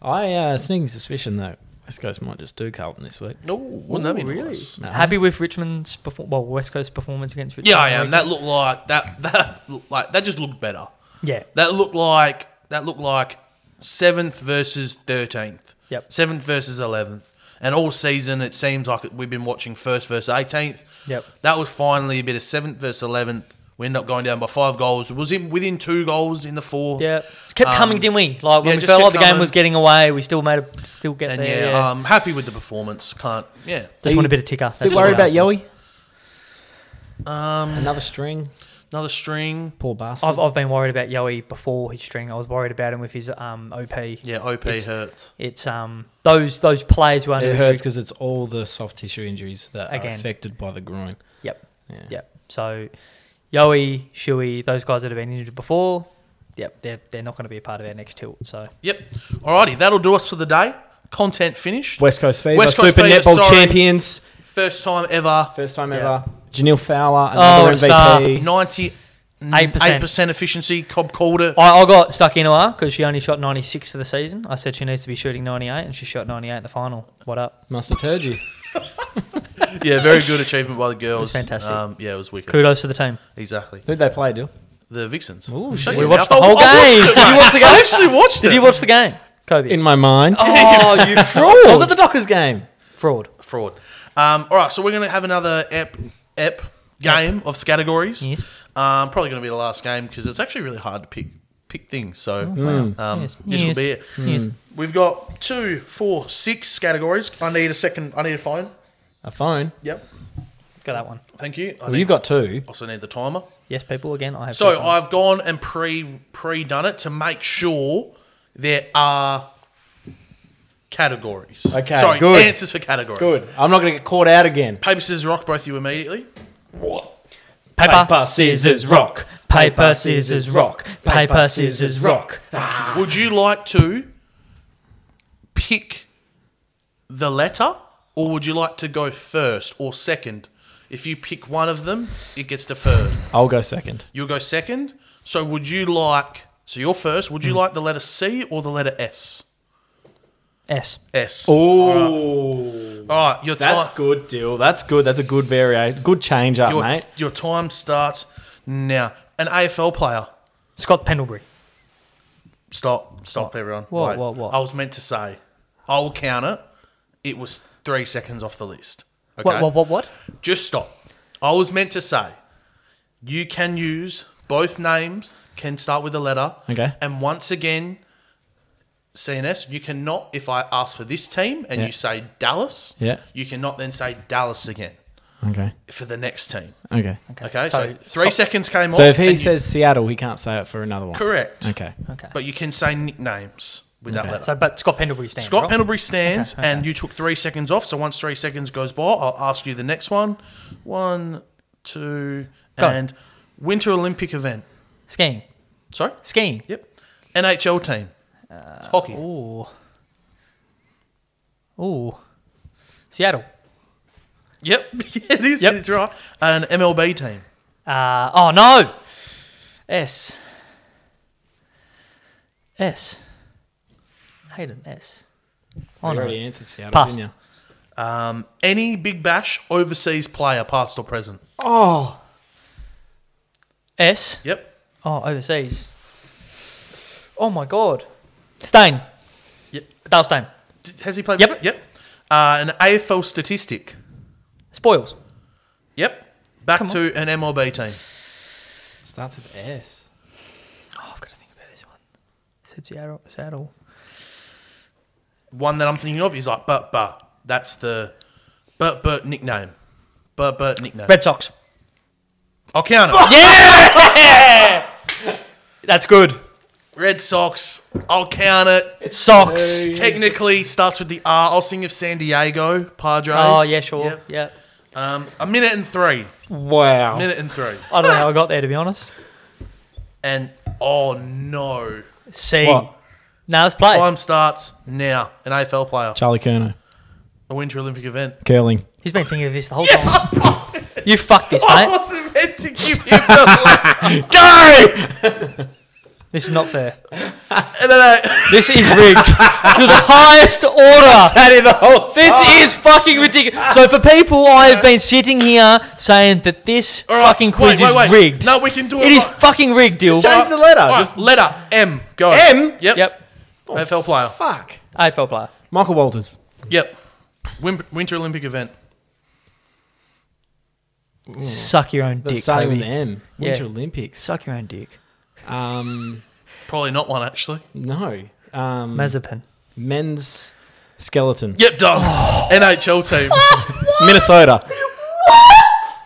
E: I uh, sneaking suspicion though West Coast might just do Carlton this week.
D: No, wouldn't that be nice?
E: No.
F: Happy with Richmond's perform- well West Coast performance against Richmond.
D: Yeah, I am. That looked like that. <laughs> That looked like that just looked better.
F: yeah,
D: That looked like that looked like seventh versus thirteenth.
F: Yep.
D: Seventh versus eleventh, and all season it seems like we've been watching first versus eighteenth.
F: Yep.
D: That was finally a bit of seventh versus eleventh. We ended up going down by five goals. Was in within two goals in the fourth.
F: yeah. It kept coming,
D: Um,
F: didn't we? Like
D: yeah,
F: when we
D: just
F: felt like
D: kept
F: the game
D: coming.
F: was getting away, we still made a still get
D: And
F: there.
D: yeah,
F: yeah.
D: um, happy with the performance. Can't. Yeah.
F: just
E: Are
F: want
E: you-
F: a bit of ticker.
E: Bit
F: That's
E: worried
F: all
E: about
F: I asked.
E: Yoey.
D: Um,
E: Another string.
D: another string.
E: Poor bastard.
F: I've, I've been worried about Yoey before his string. I was worried about him with his um, OP.
D: Yeah. Op
F: It's-
D: hurts.
F: It's um those those players who are under
E: it
F: injury-
E: hurts because it's all the soft tissue injuries that are
F: Again.
E: affected by the groin.
F: Yep.
E: Yeah.
F: Yep. So Yoey, Shuey, those guys that have been injured before, yep, they're they're not going to be a part of our next tilt. So
D: Yep. Alrighty, that'll do us for the day. Content finished.
E: West Coast Fever,
D: West Coast
E: Super
D: Fever,
E: Netball
D: sorry.
E: champions,
D: First time ever.
E: first time
F: Yeah.
E: ever. Janelle Fowler, another
F: what a star.
E: MVP.
D: 98 Uh, percent efficiency. Cobb called it.
F: I, I got stuck into her because she only shot 96 for the season. I said she needs to be shooting 98, and she shot 98 in the final. What up?
E: Must have heard you.
D: Yeah, very good achievement by the girls.
F: fantastic.
D: Um, yeah, it was wicked.
F: Kudos to the team.
D: Exactly.
E: Who'd they play, Dill?
D: The Vixens.
E: Ooh,
D: Shut
E: shit.
D: your
E: We
D: mouth.
F: watched the whole
D: I- I
F: game.
D: watched it,
F: Did you
D: mate.
F: watch the game?
D: <laughs> I actually watched it.
F: Did you watch the game, Kobe?
E: In my mind.
F: <laughs> oh, you fraud.
E: I was at the Dockers game.
F: fraud.
D: fraud. Um, all right, so we're going to have another ep, ep game of categories.
F: Yes.
D: Um, probably going to be the last game because it's actually really hard to pick pick things. So um,
F: Mm. Yes.
D: this will
F: Yes.
D: be it. Mm.
F: Yes.
D: We've got two, four, six categories. I need a second. I need a phone.
E: A phone.
D: Yep.
F: Got that one.
D: Thank you. I
E: Well,
D: need-
E: you've got two.
D: also need the timer.
F: Yes, people. Again, I have.
D: So
F: two phones.
D: I've gone and pre pre done it to make sure there are categories.
E: Okay,
D: Sorry,
E: good.
D: answers for categories.
E: I'm not going to get caught out again.
D: Paper, scissors, rock, both you immediately.
F: paper, scissors, rock. Paper, scissors, rock. Paper, scissors, rock.
D: Would you like to pick the letter, or would you like to go first or second? If you pick one of them, it gets deferred.
E: I'll go second.
D: You'll go second. So would you like? So you're first. Would
E: Hmm.
D: you like the letter C or the letter S?
F: S.
D: S.
E: Oh,
D: All right, your
E: that's
D: time.
E: good, Dill. That's good. That's a good variation. Good change up,
D: Your,
E: mate.
D: your time starts now. An AFL player.
F: Scott Pendlebury.
D: Stop! Stop, everyone.
F: What,
D: Wait.
F: what, what?
D: I was meant to say. I'll count it. It was three seconds off the list. Okay.
F: What? What? What? What?
D: Just stop. I was meant to say, you can use both names can start with a letter.
E: Okay.
D: And once again, CNS, you cannot. If I ask for this team and
E: Yeah.
D: you say Dallas,
E: Yeah.
D: you cannot then say Dallas again
E: Okay.
D: for the next team.
E: Okay.
D: Okay. so, three seconds came off.
E: So if he
D: and you-
E: says Seattle, he can't say it for another one.
D: correct,
E: Okay.
F: Okay.
D: but you can say nicknames with that letter.
F: So, but Scott Pendlebury stands.
D: Scott
F: right?
D: Pendlebury stands, and you took three seconds off. So once three seconds goes by, I'll ask you the next one. One, two,
F: Go.
D: and Winter Olympic event.
F: Skiing.
D: Sorry?
F: Skiing.
D: Yep. NHL team. It's
F: Uh,
D: hockey.
F: Ooh. Ooh. Seattle.
D: Yep. <laughs> Yeah, it is.
F: Yep.
D: It's right. An MLB team.
F: Uh, oh no. S. S. Hayden S. Oh
E: You
F: no.
E: already answered Seattle,
F: Pass.
E: didn't you?
D: Any Big Bash overseas player, past or present.
F: Oh. S.
D: Yep.
F: Oh, overseas. Oh my god. Stain.
D: Yep.
F: Dale Stain.
D: D- Has he played?
F: Yep.
D: Yep. Uh, an AFL statistic.
F: Spoils.
D: Yep. Back
F: Come on.
D: to an MLB team.
E: Starts with S.
F: Oh, I've got to think about this one. Said Seattle. Seattle.
D: One that I'm thinking of is like, but, but. That's the but, but nickname. But, but nickname.
F: Red Oh! Sox.
D: I'll count it.
F: That's good.
D: Red Sox. I'll count it.
F: It's socks.
D: Technically starts with the R. I'll sing of San Diego Padres.
F: Oh yeah, sure.
D: Yep.
F: Yeah.
D: Um, a minute and three.
E: Wow.
D: Minute and three.
F: I don't know how I got there to be honest.
D: And oh no.
F: C.
E: What?
F: Now let's play.
D: Time starts now. An AFL player.
E: Charlie Kerno.
D: A Winter Olympic
F: <laughs>
D: event. Oh.
E: Curling.
F: He's been thinking of this the whole time. You fucked
D: <laughs>
F: this,
D: I
F: mate.
D: wasn't meant to give him the <laughs>
E: Go!
F: <laughs> This is not fair.
D: and then I,
F: This is rigged <laughs> to the highest order.
E: That is the whole
F: This is fucking ridiculous. So for people, I have been sitting here saying that this
D: All right,
F: fucking quiz
D: wait,
F: is
D: wait, wait.
F: rigged.
D: No, we can do it.
F: it is
D: right.
F: fucking rigged, deal.
E: Change the letter.
D: All right,
E: Just
D: letter M. Go.
E: M?
D: Yep.
F: Yep.
D: AFL player.
E: fuck.
F: AFL player.
E: Michael Walters.
D: Yep. Win- Winter Olympic event.
F: Suck your own
E: That's
F: dick.
E: starting with
F: Kobe.
E: an M. Winter
F: Yeah.
E: Olympics.
F: Suck your own dick.
E: Um,
D: Probably not one actually.
E: no. Um,
F: Mazepin.
E: men's skeleton.
D: Yep, <gasps> done. NHL <laughs> team.
E: Minnesota.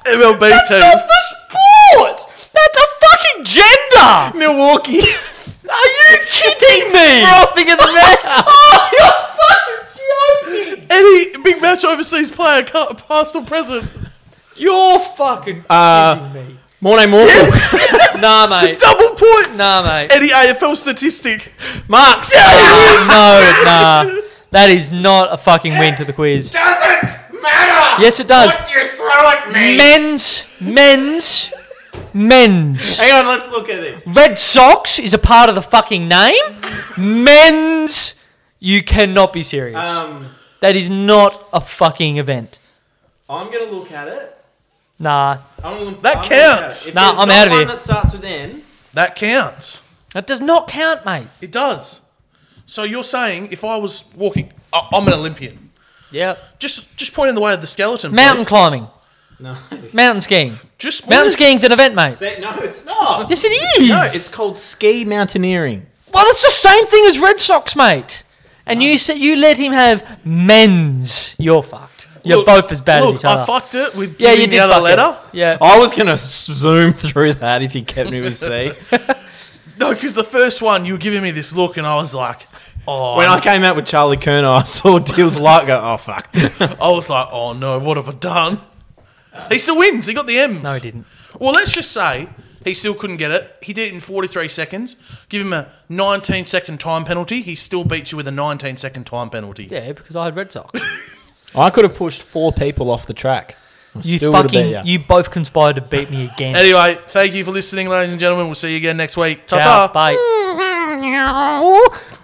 D: MLB team.
F: sport. That's a fucking gender.
E: <laughs> Milwaukee.
F: Are you kidding me? Dropping in the man. oh, you're fucking joking.
D: Any big match overseas player, can't- past or present.
F: <laughs> You're fucking
E: Uh,
F: kidding me.
E: Mornay Morkel.
F: Nah, <laughs> mate.
D: Double points.
F: Nah, mate.
D: Any AFL statistic.
E: <laughs> Marks.
F: no, nah. That is not a fucking win to the quiz.
A: Doesn't matter
F: Yes, it does.
A: what you throw
E: like me.
F: Men's, men's, men's.
E: Hang on, let's look at this.
F: Red Sox is a part of the fucking name. Men's. You cannot be serious.
E: Um,
F: that is not a fucking event.
E: I'm gonna look at it.
F: Nah,
E: I'm gonna,
D: That
E: I'm gonna look at
D: counts.
E: it. If
F: Nah,
E: there's
F: I'm
E: not
F: out of
E: one
F: here.
E: That starts with N.
D: That counts.
F: that does not count, mate.
D: It does. So you're saying if I was walking, I- I'm an Olympian.
F: Yeah.
D: Just just point in the way of the skeleton.
F: Mountain
D: please.
F: climbing,
G: No.
F: mountain skiing.
D: Just point
F: Mountain
D: it-
F: skiing's an event, mate.
E: Say- No, it's not.
F: Yes, it is.
E: No, it's called ski mountaineering.
F: Well, that's the same thing as Red Sox, mate. And you said you let him have men's. You're fucked. You're
D: Look,
F: both as bad
D: look,
F: as each other.
D: I fucked it with
F: yeah, you
D: the
F: did
D: other
F: fuck it.
D: letter.
F: Yeah.
E: I was gonna zoom through that if you kept me with <laughs> C.
D: No, because the first one you were giving me this look, and I was like, oh,
E: when I came out with Charlie Kerner, I saw <laughs> Deals Light go, oh fuck.
D: I was like, oh no, what have I done? He still wins. He got the M's.
F: No, he didn't.
D: Well, let's just say he still couldn't get it. He did it in 43 seconds. Give him a 19 second time penalty. He still beat you with a 19 second time penalty.
F: Yeah, because I had Red Sox.
E: I could have pushed four people off the track.
F: You
E: Still would've
F: fucking,
E: beat ya.
F: you both conspired to beat me again.
D: Anyway, thank you for listening, ladies and gentlemen. We'll see you again next week. Ta
F: Ciao,
D: ta.
F: Bye.